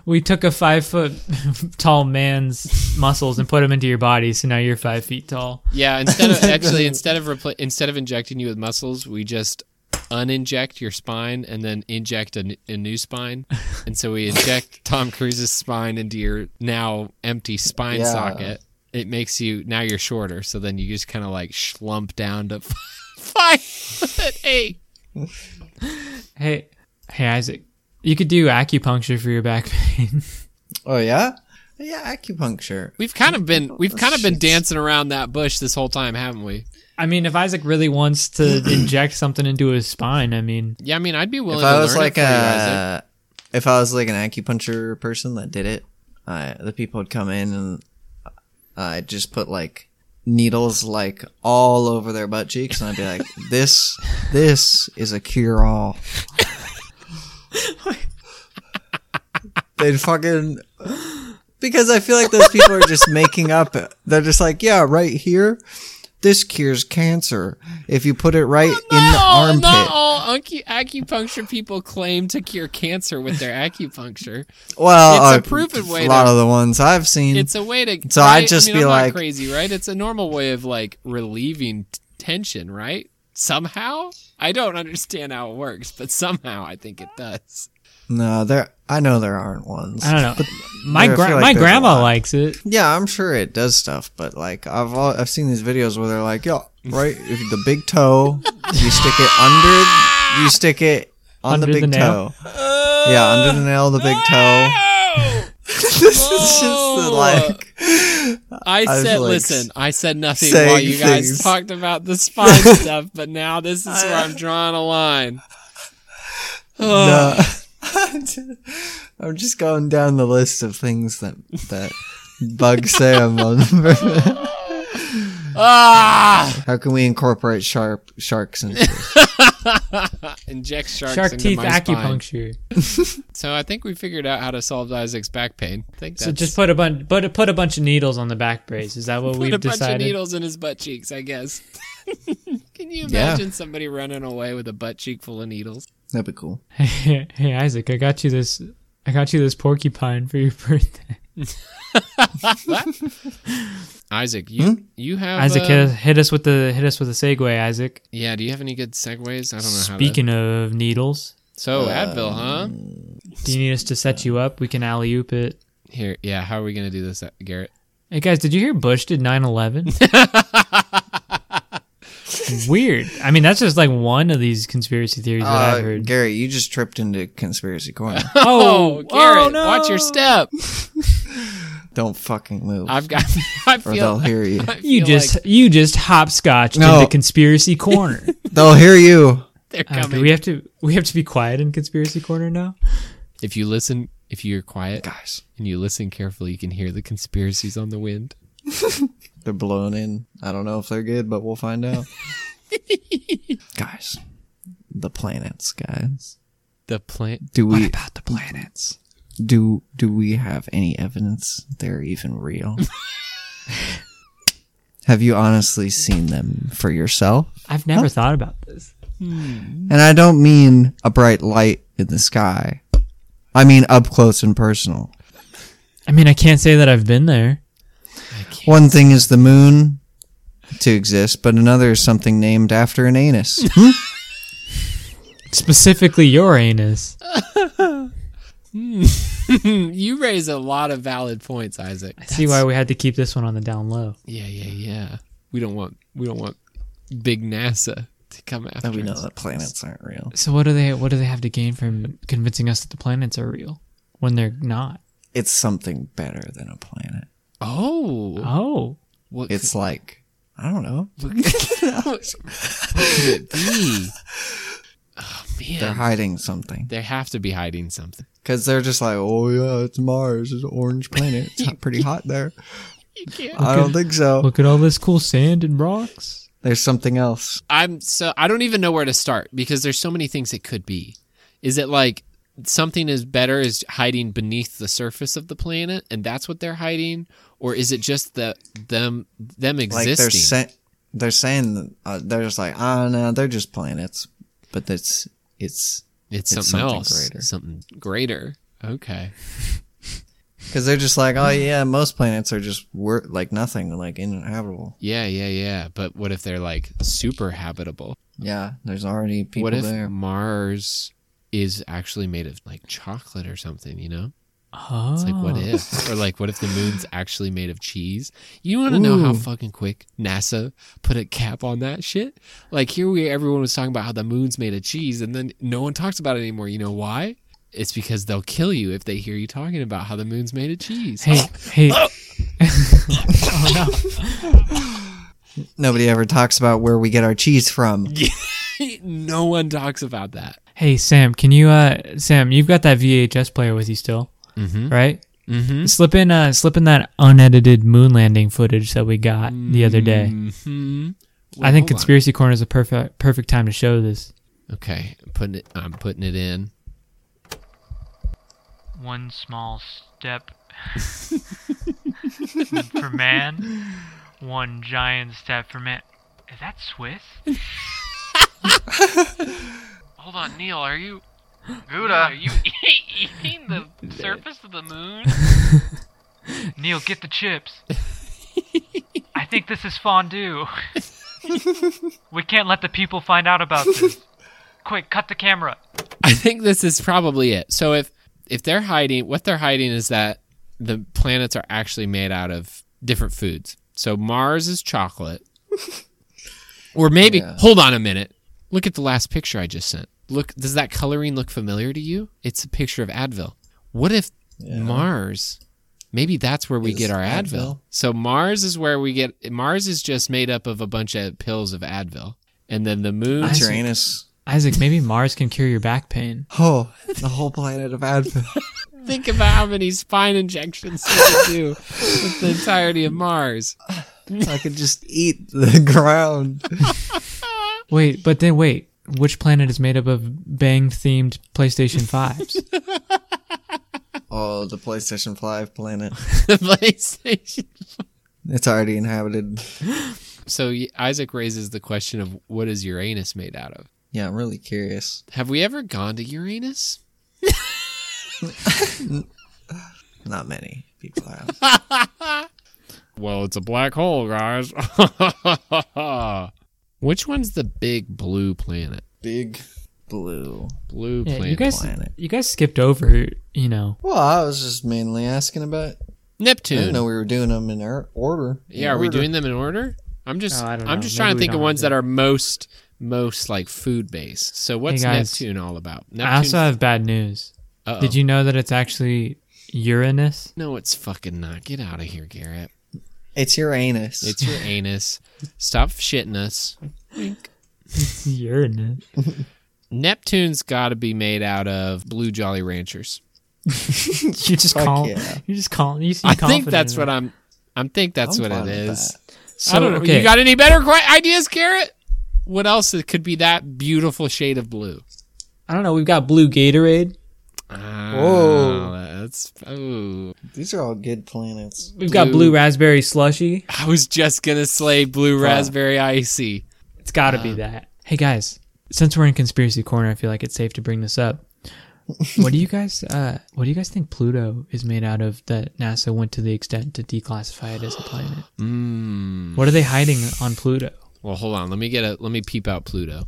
Speaker 1: We took a five foot tall man's muscles and put them into your body, so now you're five feet tall.
Speaker 3: Yeah. Instead of actually, instead of repl- instead of injecting you with muscles, we just uninject your spine and then inject a, n- a new spine. And so we inject Tom Cruise's spine into your now empty spine
Speaker 2: Yeah.
Speaker 3: socket. It makes you now you're shorter, so then you just kind of like slump down to five foot eight.
Speaker 1: Hey, hey, Isaac, you could do acupuncture for your back pain.
Speaker 2: Oh yeah, yeah. Acupuncture.
Speaker 3: We've kind of been we've kind of been
Speaker 2: Oh, Shit.
Speaker 3: dancing around that bush this whole time, haven't we?
Speaker 1: I mean, if Isaac really wants to inject something into his spine, I mean,
Speaker 3: Yeah, I mean, I'd be willing.
Speaker 2: If I
Speaker 3: to
Speaker 2: was
Speaker 3: learn it
Speaker 2: like
Speaker 3: for you, Isaac.
Speaker 2: a, if I was like an acupuncture person that did it, uh, the people would come in and I just put like needles like all over their butt cheeks, and I'd be like, "This, this is a cure all." They'd fucking because I feel like those people are just making up. They're just like, "Yeah, right here, this cures cancer if you put it right
Speaker 3: Oh,
Speaker 2: in the
Speaker 3: all,
Speaker 2: armpit."
Speaker 3: Not all acu- acupuncture people claim to cure cancer with their acupuncture.
Speaker 2: Well,
Speaker 3: It's a
Speaker 2: uh,
Speaker 3: proven way
Speaker 2: A lot
Speaker 3: to-
Speaker 2: of the ones I've seen.
Speaker 3: It's a way to.
Speaker 2: So
Speaker 3: right?
Speaker 2: I'd just
Speaker 3: I mean,
Speaker 2: be
Speaker 3: I'm
Speaker 2: like-
Speaker 3: not crazy, right? It's a normal way of like relieving t- tension, right? Somehow, I don't understand how it works, but somehow I think it does.
Speaker 2: no, there. I know there aren't ones.
Speaker 1: I don't know. My
Speaker 2: I feel
Speaker 1: gra-
Speaker 2: like
Speaker 1: my
Speaker 2: there's a
Speaker 1: grandma
Speaker 2: lot.
Speaker 1: likes it.
Speaker 2: Yeah, I'm sure it does stuff, but like I've all, I've seen these videos where they're like, "Yo, right, if the big toe, you stick it under, you stick it on
Speaker 1: Under
Speaker 2: the
Speaker 1: the
Speaker 2: big
Speaker 1: nail?
Speaker 2: toe." Yeah, under the nail, the big toe. this is just the, like
Speaker 3: I
Speaker 2: was
Speaker 3: said,
Speaker 2: like,
Speaker 3: listen, I said nothing
Speaker 2: saying
Speaker 3: while you guys
Speaker 2: things.
Speaker 3: talked about the spine stuff, but now this is where I'm drawing a line.
Speaker 2: no. I'm just going down the list of things that that bug Sam on.
Speaker 3: Ah!
Speaker 2: How can we incorporate sharp sharks into this?
Speaker 3: Inject sharks
Speaker 1: Shark
Speaker 3: into
Speaker 1: teeth
Speaker 3: my spine.
Speaker 1: acupuncture.
Speaker 3: So I think we figured out how to solve Isaac's back pain. I think that's
Speaker 1: So just put a bunch put a, put a bunch of needles on the back brace. Is that what
Speaker 3: put
Speaker 1: we've
Speaker 3: a bunch
Speaker 1: decided?
Speaker 3: of needles in his butt cheeks, I guess. Can you
Speaker 2: Yeah.
Speaker 3: imagine somebody running away with a butt cheek full of needles?
Speaker 2: That'd be cool.
Speaker 1: Hey, Isaac, I got you this. I got you this porcupine for your birthday.
Speaker 3: Isaac, you you have
Speaker 1: Hmm? Isaac
Speaker 3: uh,
Speaker 1: hit, us- hit us with the hit us with a segue. Isaac.
Speaker 3: yeah. Do you have any good segues? I don't know how. to-
Speaker 1: Speaking um, of needles,
Speaker 3: so Advil, huh?
Speaker 1: do you need us to set you up? We can alley oop it.
Speaker 3: Here, yeah. How are we gonna do this, uh, Garrett?
Speaker 1: Hey guys, did you hear Bush did 9/11? Weird. I mean, that's just like one of these conspiracy theories that
Speaker 2: Uh,
Speaker 1: I've heard.
Speaker 2: Gary, you just tripped into conspiracy corner.
Speaker 3: Oh, Garrett, watch
Speaker 1: no.
Speaker 3: your step.
Speaker 2: Don't fucking move,
Speaker 3: I've got. I
Speaker 2: or they'll
Speaker 3: feel.
Speaker 2: hear you.
Speaker 3: I
Speaker 1: You
Speaker 3: feel
Speaker 1: just
Speaker 3: like
Speaker 1: you just hopscotched
Speaker 2: No.
Speaker 1: into conspiracy corner.
Speaker 2: They'll hear you.
Speaker 3: they're
Speaker 1: Uh,
Speaker 3: coming.
Speaker 1: do we have to we have to be quiet in conspiracy corner now.
Speaker 3: if you listen, if you're quiet
Speaker 2: Guys,
Speaker 3: and you listen carefully, you can hear the conspiracies on the wind.
Speaker 2: they're blown in. I don't know if they're good, but we'll find out. guys, the planets, guys.
Speaker 3: The plant.
Speaker 2: Do we
Speaker 1: About the planets.
Speaker 2: do do we have any evidence they're even real? have you honestly seen them for yourself?
Speaker 1: I've never thought about this.
Speaker 2: And I don't mean a bright light in the sky. I mean up close and personal.
Speaker 1: I mean, I can't say that I've been there.
Speaker 2: One thing is the moon to exist, but another is something named after an anus.
Speaker 1: Specifically, your anus.
Speaker 3: Hmm, You raise a lot of valid points, Isaac.
Speaker 1: See why we had to keep this one on the down low.
Speaker 3: Yeah, yeah, yeah. We don't want we don't want big NASA to come after.
Speaker 2: we know
Speaker 3: us.
Speaker 2: that planets aren't real.
Speaker 1: So what do they what do they have to gain from convincing us that the planets are real when they're not?
Speaker 2: It's something better than a planet.
Speaker 3: Oh,
Speaker 1: Oh,
Speaker 3: what
Speaker 2: It's like I don't know.
Speaker 3: could, what could it be? Oh man,
Speaker 2: They're hiding something
Speaker 3: they have to be hiding something.
Speaker 2: because they're just like, oh yeah, it's Mars, it's an orange planet, it's hot- pretty hot there. I don't think so.
Speaker 1: look at all this cool sand and rocks.
Speaker 2: There's something else.
Speaker 3: I'm so I don't even know where to start because there's so many things it could be. Is it like something is better is hiding beneath the surface of the planet and that's what they're hiding, or is it just the them them
Speaker 2: Like
Speaker 3: existing?
Speaker 2: they're saying, they're saying, uh, they're just like, ah, no, they're just planets, but that's it's
Speaker 3: It's
Speaker 2: It's
Speaker 3: something,
Speaker 2: something
Speaker 3: else.
Speaker 2: greater.
Speaker 3: Something greater. Okay.
Speaker 2: because they're just like, oh yeah, most planets are just wor- like nothing, like uninhabitable.
Speaker 3: Yeah, yeah, yeah. But what if they're like super habitable?
Speaker 2: Yeah, there's already people
Speaker 3: what if
Speaker 2: there.
Speaker 3: Mars is actually made of like chocolate or something, you know?
Speaker 1: Oh,
Speaker 3: It's like what if? or like what if the moon's actually made of cheese? You wanna know how fucking quick NASA put a cap on that shit? Like here we everyone was talking about how the moon's made of cheese and then no one talks about it anymore. You know why? It's because they'll kill you if they hear you talking about how the moon's made of cheese.
Speaker 1: Hey, hey,
Speaker 2: Nobody ever talks about where we get our cheese from.
Speaker 3: no one talks about that.
Speaker 1: hey, Sam, can you uh Sam, you've got that VHS player with you still, right?
Speaker 3: Mm-hmm.
Speaker 1: Slip in, uh, slip in that unedited moon landing footage that we got the other day.
Speaker 3: Mm-hmm.
Speaker 1: I think conspiracy corner is a perfect perfect time to show this.
Speaker 3: Okay, I'm putting it. I'm putting it in.
Speaker 1: One small step for man, one giant step for man. Is that Swiss?
Speaker 4: Hold on, Neil, are you. Gouda? Are you e- eating the surface of the moon?
Speaker 1: Neil, get the chips.
Speaker 4: I think this is fondue. we can't let the people find out about this. Quick, cut the camera.
Speaker 3: I think this is probably it. So if if they're hiding, what they're hiding is that the planets are actually made out of different foods. So Mars is chocolate, or maybe
Speaker 2: Yeah.
Speaker 3: hold on a minute. Look at the last picture I just sent. Look, does that coloring look familiar to you? It's a picture of Advil. What if Mars? Maybe that's where we
Speaker 2: Is
Speaker 3: get our Advil.
Speaker 2: Advil?
Speaker 3: So Mars is where we get Mars is just made up of a bunch of pills of Advil, and then the moon.
Speaker 1: I-
Speaker 2: Uranus.
Speaker 1: Isaac, maybe Mars can cure your back pain.
Speaker 2: Oh, the whole planet of Advil.
Speaker 3: Think about how many spine injections you could do with the entirety of Mars.
Speaker 2: I could just eat the ground.
Speaker 1: Wait, but then wait. Which planet is made up of Bang themed PlayStation 5s?
Speaker 2: Oh, the PlayStation 5 planet.
Speaker 3: The PlayStation.
Speaker 2: It's already inhabited.
Speaker 3: So y- Isaac raises the question of what is Uranus made out of?
Speaker 2: Yeah, I'm really curious.
Speaker 3: Have we ever gone to Uranus?
Speaker 2: Not many people have.
Speaker 3: Well, it's a black hole, guys. Which one's the big blue planet?
Speaker 2: Big blue
Speaker 3: Blue
Speaker 1: Yeah,
Speaker 3: planet.
Speaker 1: you guys
Speaker 2: planet.
Speaker 1: you guys skipped over, you know.
Speaker 2: Well, I was just mainly asking about. I didn't
Speaker 3: Neptune.
Speaker 2: know we were doing them in our order. In
Speaker 3: Yeah, are we
Speaker 2: order.
Speaker 3: doing them in order? I'm just
Speaker 1: Oh, I don't
Speaker 3: I'm
Speaker 1: know.
Speaker 3: just
Speaker 1: Maybe
Speaker 3: trying to
Speaker 1: we
Speaker 3: think of
Speaker 1: don't
Speaker 3: ones
Speaker 1: have
Speaker 3: that are most most like food based. So what's
Speaker 1: guys.
Speaker 3: Neptune all about? Neptune.
Speaker 1: I also have bad news.
Speaker 3: Uh-oh.
Speaker 1: Did you know that it's actually Uranus?
Speaker 3: No, it's fucking not. Get out of here, Garrett.
Speaker 2: It's Uranus.
Speaker 3: It's your anus. Stop shitting us.
Speaker 1: Uranus.
Speaker 3: Neptune's got to be made out of blue Jolly Ranchers.
Speaker 1: You just
Speaker 2: Fuck
Speaker 1: call.
Speaker 2: yeah.
Speaker 1: You just call. You seem
Speaker 3: I
Speaker 1: confident
Speaker 3: think that's
Speaker 1: in
Speaker 3: what
Speaker 1: it.
Speaker 3: I'm. I think that's
Speaker 2: I'm
Speaker 3: what
Speaker 2: fine
Speaker 3: it
Speaker 2: with
Speaker 3: is.
Speaker 2: that.
Speaker 1: So,
Speaker 3: I don't know.
Speaker 1: Okay.
Speaker 3: You got any better qu- ideas, Garrett? What else it could be that beautiful shade of blue?
Speaker 1: I don't know. We've got blue Gatorade.
Speaker 3: Oh, that's. Oh,
Speaker 2: These are all good planets.
Speaker 1: We've got
Speaker 3: Blue-
Speaker 1: blue raspberry slushy.
Speaker 3: I was just gonna say blue raspberry icy.
Speaker 1: It's got to be that. Um, Hey guys, since we're in conspiracy corner, I feel like it's safe to bring this up. what do you guys? Uh, what do you guys think Pluto is made out of? That NASA went to the extent to declassify it as a planet.
Speaker 3: Mm.
Speaker 1: What are they hiding on Pluto?
Speaker 3: Well, hold on. Let me get a. Let me peep out Pluto.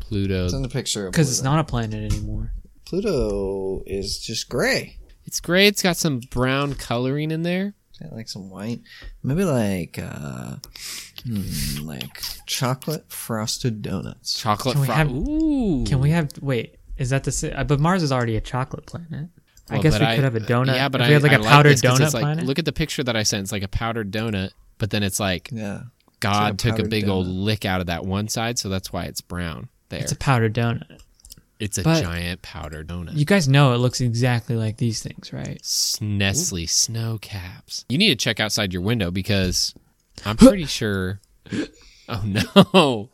Speaker 3: Pluto.
Speaker 2: It's in the picture of
Speaker 1: Because
Speaker 2: Pluto.
Speaker 1: it's not a planet anymore.
Speaker 2: Pluto is just gray.
Speaker 3: It's gray. It's got some brown coloring in there.
Speaker 2: Is that like some white? Maybe like uh hmm, like chocolate frosted donuts.
Speaker 3: Chocolate.
Speaker 1: Can we
Speaker 3: fro-
Speaker 1: have-
Speaker 3: Ooh.
Speaker 1: Can we have? Wait, is that the? si- uh, But Mars is already a chocolate planet. I
Speaker 3: Well,
Speaker 1: guess
Speaker 3: but
Speaker 1: we could have a donut.
Speaker 3: Yeah, but
Speaker 1: if
Speaker 3: I
Speaker 1: we had like
Speaker 3: I
Speaker 1: a powdered
Speaker 3: this 'cause
Speaker 1: donut
Speaker 3: it's like,
Speaker 1: planet.
Speaker 3: Look at the picture that I sent. It's like a powdered donut, but then it's like
Speaker 2: Yeah.
Speaker 3: God
Speaker 2: a
Speaker 3: took a
Speaker 2: powdered
Speaker 3: big old
Speaker 2: donut.
Speaker 3: lick out of that one side, so that's why it's brown there.
Speaker 1: it's
Speaker 3: It's
Speaker 1: a
Speaker 3: a,
Speaker 1: powdered donut. but-
Speaker 3: giant powdered donut.
Speaker 1: You guys know it looks exactly like these things, right?
Speaker 3: S- Nestle snow caps. You need to check outside your window because I'm pretty sure. Oh no!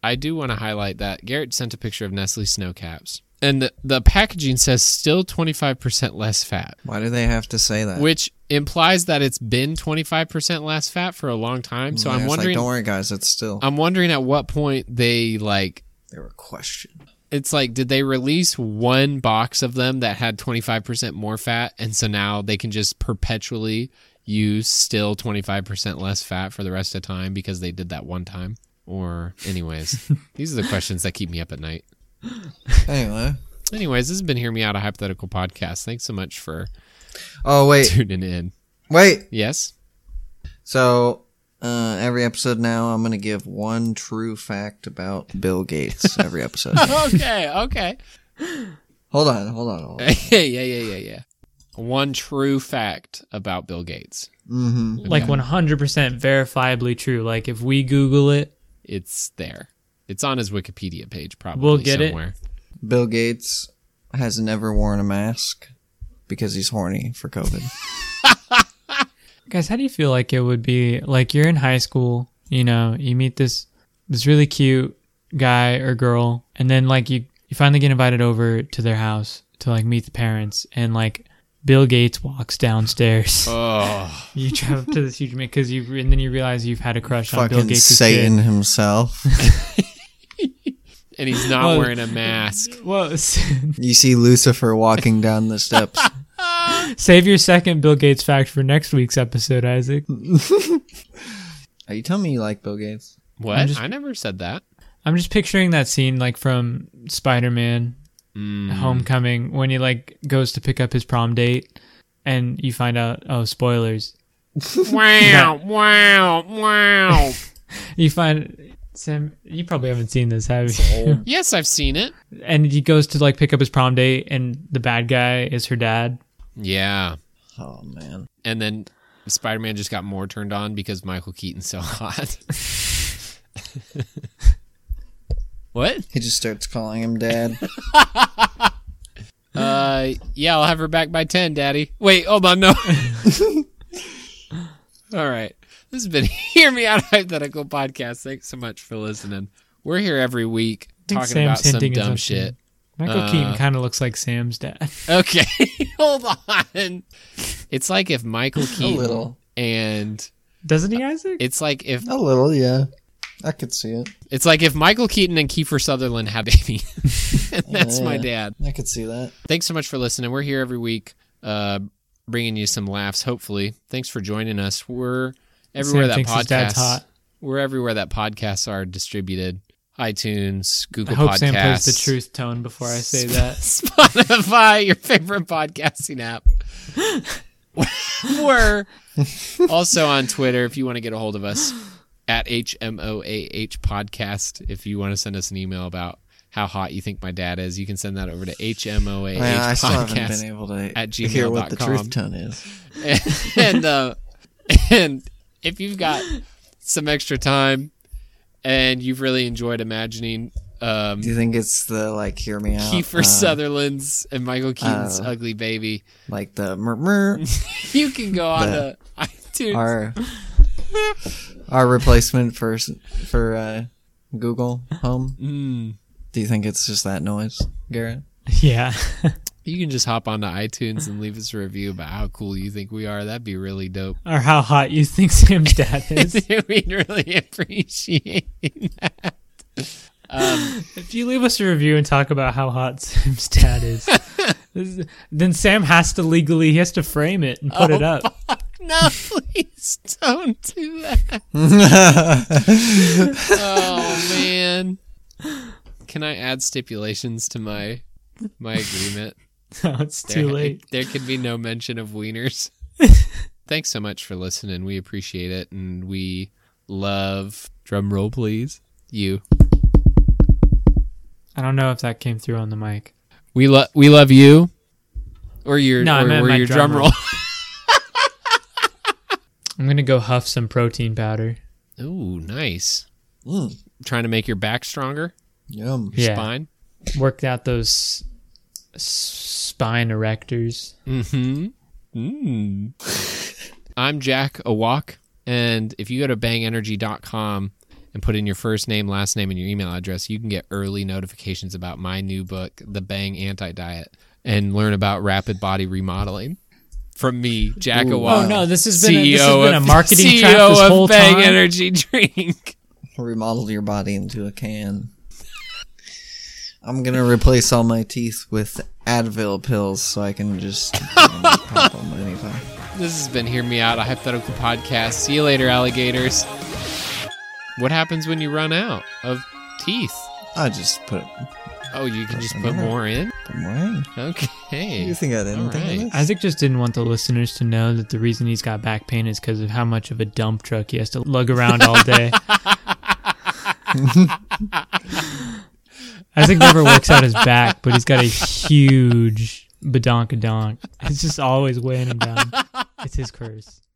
Speaker 3: I do want to highlight that Garrett sent a picture of Nestle snow caps, and the, the packaging says still 25% less fat.
Speaker 2: Why do they have to say that?
Speaker 3: which implies that it's been 25% less fat for a long time. So
Speaker 2: They're
Speaker 3: I'm
Speaker 2: just
Speaker 3: wondering
Speaker 2: Like, Mm, Don't worry, guys. It's still.
Speaker 3: I'm wondering at what point they like
Speaker 2: they were questioned.
Speaker 3: it's like did they release one box of them that had 25% more fat and so now they can just perpetually use still 25% less fat for the rest of time because they did that one time or anyways these are the questions that keep me up at night
Speaker 2: Anyway.
Speaker 3: anyways this has been hear me out a hypothetical podcast thanks so much for
Speaker 2: Oh wait,
Speaker 3: tuning in
Speaker 2: wait.
Speaker 3: yes
Speaker 2: So uh, every episode now, I'm gonna give one true fact about Bill Gates every episode.
Speaker 3: okay okay
Speaker 2: hold on, hold on, hold on.
Speaker 3: yeah, yeah, yeah, yeah, yeah. One true fact about Bill Gates.
Speaker 2: Mm-hmm.
Speaker 1: Like 100% verifiably true. Like if we Google it,
Speaker 3: It's there. It's on his Wikipedia page, probably
Speaker 1: We'll get it.
Speaker 3: somewhere.
Speaker 2: Bill Gates has never worn a mask because he's horny for COVID.
Speaker 1: Guys, how do you feel like it would be like you're in high school, you know, you meet this this really cute guy or girl, and then like you you finally get invited over to their house to like meet the parents and like Bill Gates walks downstairs.
Speaker 3: Oh,
Speaker 1: You drive up to this huge man because you and then you realize you've had a crush on Bill
Speaker 2: Fucking
Speaker 1: Gates.
Speaker 2: Satan himself.
Speaker 3: and he's not
Speaker 1: Well-
Speaker 3: wearing a mask.
Speaker 1: Well, save
Speaker 2: You see Lucifer walking down the steps.
Speaker 1: your second Bill Gates fact for next week's episode, Isaac.
Speaker 2: Are you telling me you like Bill Gates?
Speaker 3: What?
Speaker 1: just-
Speaker 3: I never said that.
Speaker 1: I'm just picturing that scene like from Spider-Man
Speaker 3: Mm-hmm.
Speaker 1: Homecoming when he like goes to pick up his prom date and you find out oh spoilers.
Speaker 3: wow! Wow! Wow!
Speaker 1: You find Sam you probably haven't seen this, have you?
Speaker 3: yes, I've seen it.
Speaker 1: and he goes to like pick up his prom date and the bad guy is her dad.
Speaker 3: Yeah,
Speaker 2: Oh man.
Speaker 3: and then Spider-Man just got more turned on because Michael Keaton's so hot. what?
Speaker 2: He just starts calling him dad.
Speaker 3: Uh, yeah, I'll have her back by ten, Daddy. Wait, hold on, no. All right, this has been Hear Me Out Hypothetical podcast. Thanks so much for listening. We're here every week
Speaker 1: think
Speaker 3: talking
Speaker 1: Sam's
Speaker 3: about some
Speaker 1: hinting at
Speaker 3: dumb
Speaker 1: something.
Speaker 3: shit.
Speaker 1: Michael
Speaker 3: Uh,
Speaker 1: Keaton kind of looks like Sam's dad.
Speaker 3: Okay, hold on. It's like if Michael Keaton
Speaker 2: little.
Speaker 3: and
Speaker 1: Doesn't he, Isaac?
Speaker 3: it's like if
Speaker 2: A little, yeah. I could see it.
Speaker 3: it's like if Michael Keaton and Kiefer Sutherland had a baby. and that's my
Speaker 2: Yeah.
Speaker 3: dad.
Speaker 2: I could see that.
Speaker 3: Thanks so much for listening. We're here every week, uh, bringing you some laughs. Hopefully, thanks for joining us. We're everywhere
Speaker 1: Sam
Speaker 3: that
Speaker 1: thinks his dad's
Speaker 3: podcasts.
Speaker 1: hot.
Speaker 3: We're everywhere that podcasts are distributed. iTunes,
Speaker 1: I
Speaker 3: Google
Speaker 1: hope
Speaker 3: Podcasts,
Speaker 1: Sam plays the truth tone before I say that.
Speaker 3: Spotify, your favorite podcasting app. We're also on Twitter if you want to get a hold of us at HMOAH podcast. If you want to send us an email about how hot you think my dad is, you can send that over to HMOAH
Speaker 2: Man, I still haven't been
Speaker 3: podcast.
Speaker 2: able to
Speaker 3: at
Speaker 2: hear what the
Speaker 3: gmail.com.
Speaker 2: truth tone is.
Speaker 3: and uh, and if you've got some extra time and you've really enjoyed imagining um,
Speaker 2: Do you think it's the like hear me out?
Speaker 3: Kiefer
Speaker 2: uh,
Speaker 3: Sutherland's and Michael Keaton's
Speaker 2: uh,
Speaker 3: ugly baby,
Speaker 2: Like the murmur.
Speaker 3: you can go on
Speaker 2: the-
Speaker 3: to iTunes.
Speaker 2: our our replacement for s- for uh, Google Home.
Speaker 3: Mm.
Speaker 2: Do you think it's just that noise, Garrett?
Speaker 1: Yeah.
Speaker 3: You can just hop onto iTunes and leave us a review about how cool you think we are. That'd be really dope.
Speaker 1: or how hot you think Sam's dad is.
Speaker 3: We'd really appreciate that.
Speaker 1: if you leave us a review and talk about how hot Sam's dad is, this is- then Sam has to legally he has to frame it and put it up.
Speaker 3: No, please don't do that.
Speaker 2: Mm,
Speaker 3: oh man. Can I add stipulations to my my agreement?
Speaker 1: No, it's
Speaker 3: There-
Speaker 1: too late.
Speaker 3: There can be no mention of wieners. Thanks so much for listening. We appreciate it and we love drum roll please. You.
Speaker 1: I don't know if that came through on the mic.
Speaker 3: We love we love you. Or your
Speaker 1: No, I
Speaker 3: or,
Speaker 1: meant
Speaker 3: or
Speaker 1: my
Speaker 3: your
Speaker 1: drum
Speaker 3: drum,
Speaker 1: roll.
Speaker 3: roll.
Speaker 1: I'm gonna go huff some protein powder.
Speaker 3: Ooh, nice.
Speaker 2: Mm,
Speaker 3: Trying to make your back stronger,
Speaker 2: yum.
Speaker 3: your
Speaker 1: yeah,
Speaker 3: spine.
Speaker 1: worked out those s- spine erectors.
Speaker 3: Mm-hmm. Mm. I'm Jack Awak, and if you go to bangenergy.com and put in your first name, last name, and your email address, you can get early notifications about my new book, The Bang Anti Diet, and learn about rapid body remodeling from me, Jack
Speaker 2: Ooh,
Speaker 3: Awak.
Speaker 2: wow.
Speaker 1: Oh no, this has been a, this has
Speaker 3: CEO
Speaker 1: been a
Speaker 3: of
Speaker 1: marketing
Speaker 3: CEO
Speaker 1: trap this
Speaker 3: of
Speaker 1: whole
Speaker 3: Bang
Speaker 1: time.
Speaker 3: Energy Drink.
Speaker 2: Remodel your body into a can. I'm gonna replace all my teeth with Advil pills so I can just um, pop them anytime.
Speaker 3: This has been Hear Me Out, a hypothetical podcast. See you later, alligators. What happens when you run out of teeth?
Speaker 2: I just put
Speaker 3: Oh, you can just put more in?
Speaker 2: put more in.
Speaker 3: Okay.
Speaker 2: You think I didn't
Speaker 3: All
Speaker 2: think of
Speaker 3: right.
Speaker 2: this?
Speaker 1: Isaac just didn't want the listeners to know that the reason he's got back pain is because of how much of a dump truck he has to lug around all day. Isaac never works out his back, but he's got a huge badonkadonk. It's just always weighing him down. It's his curse.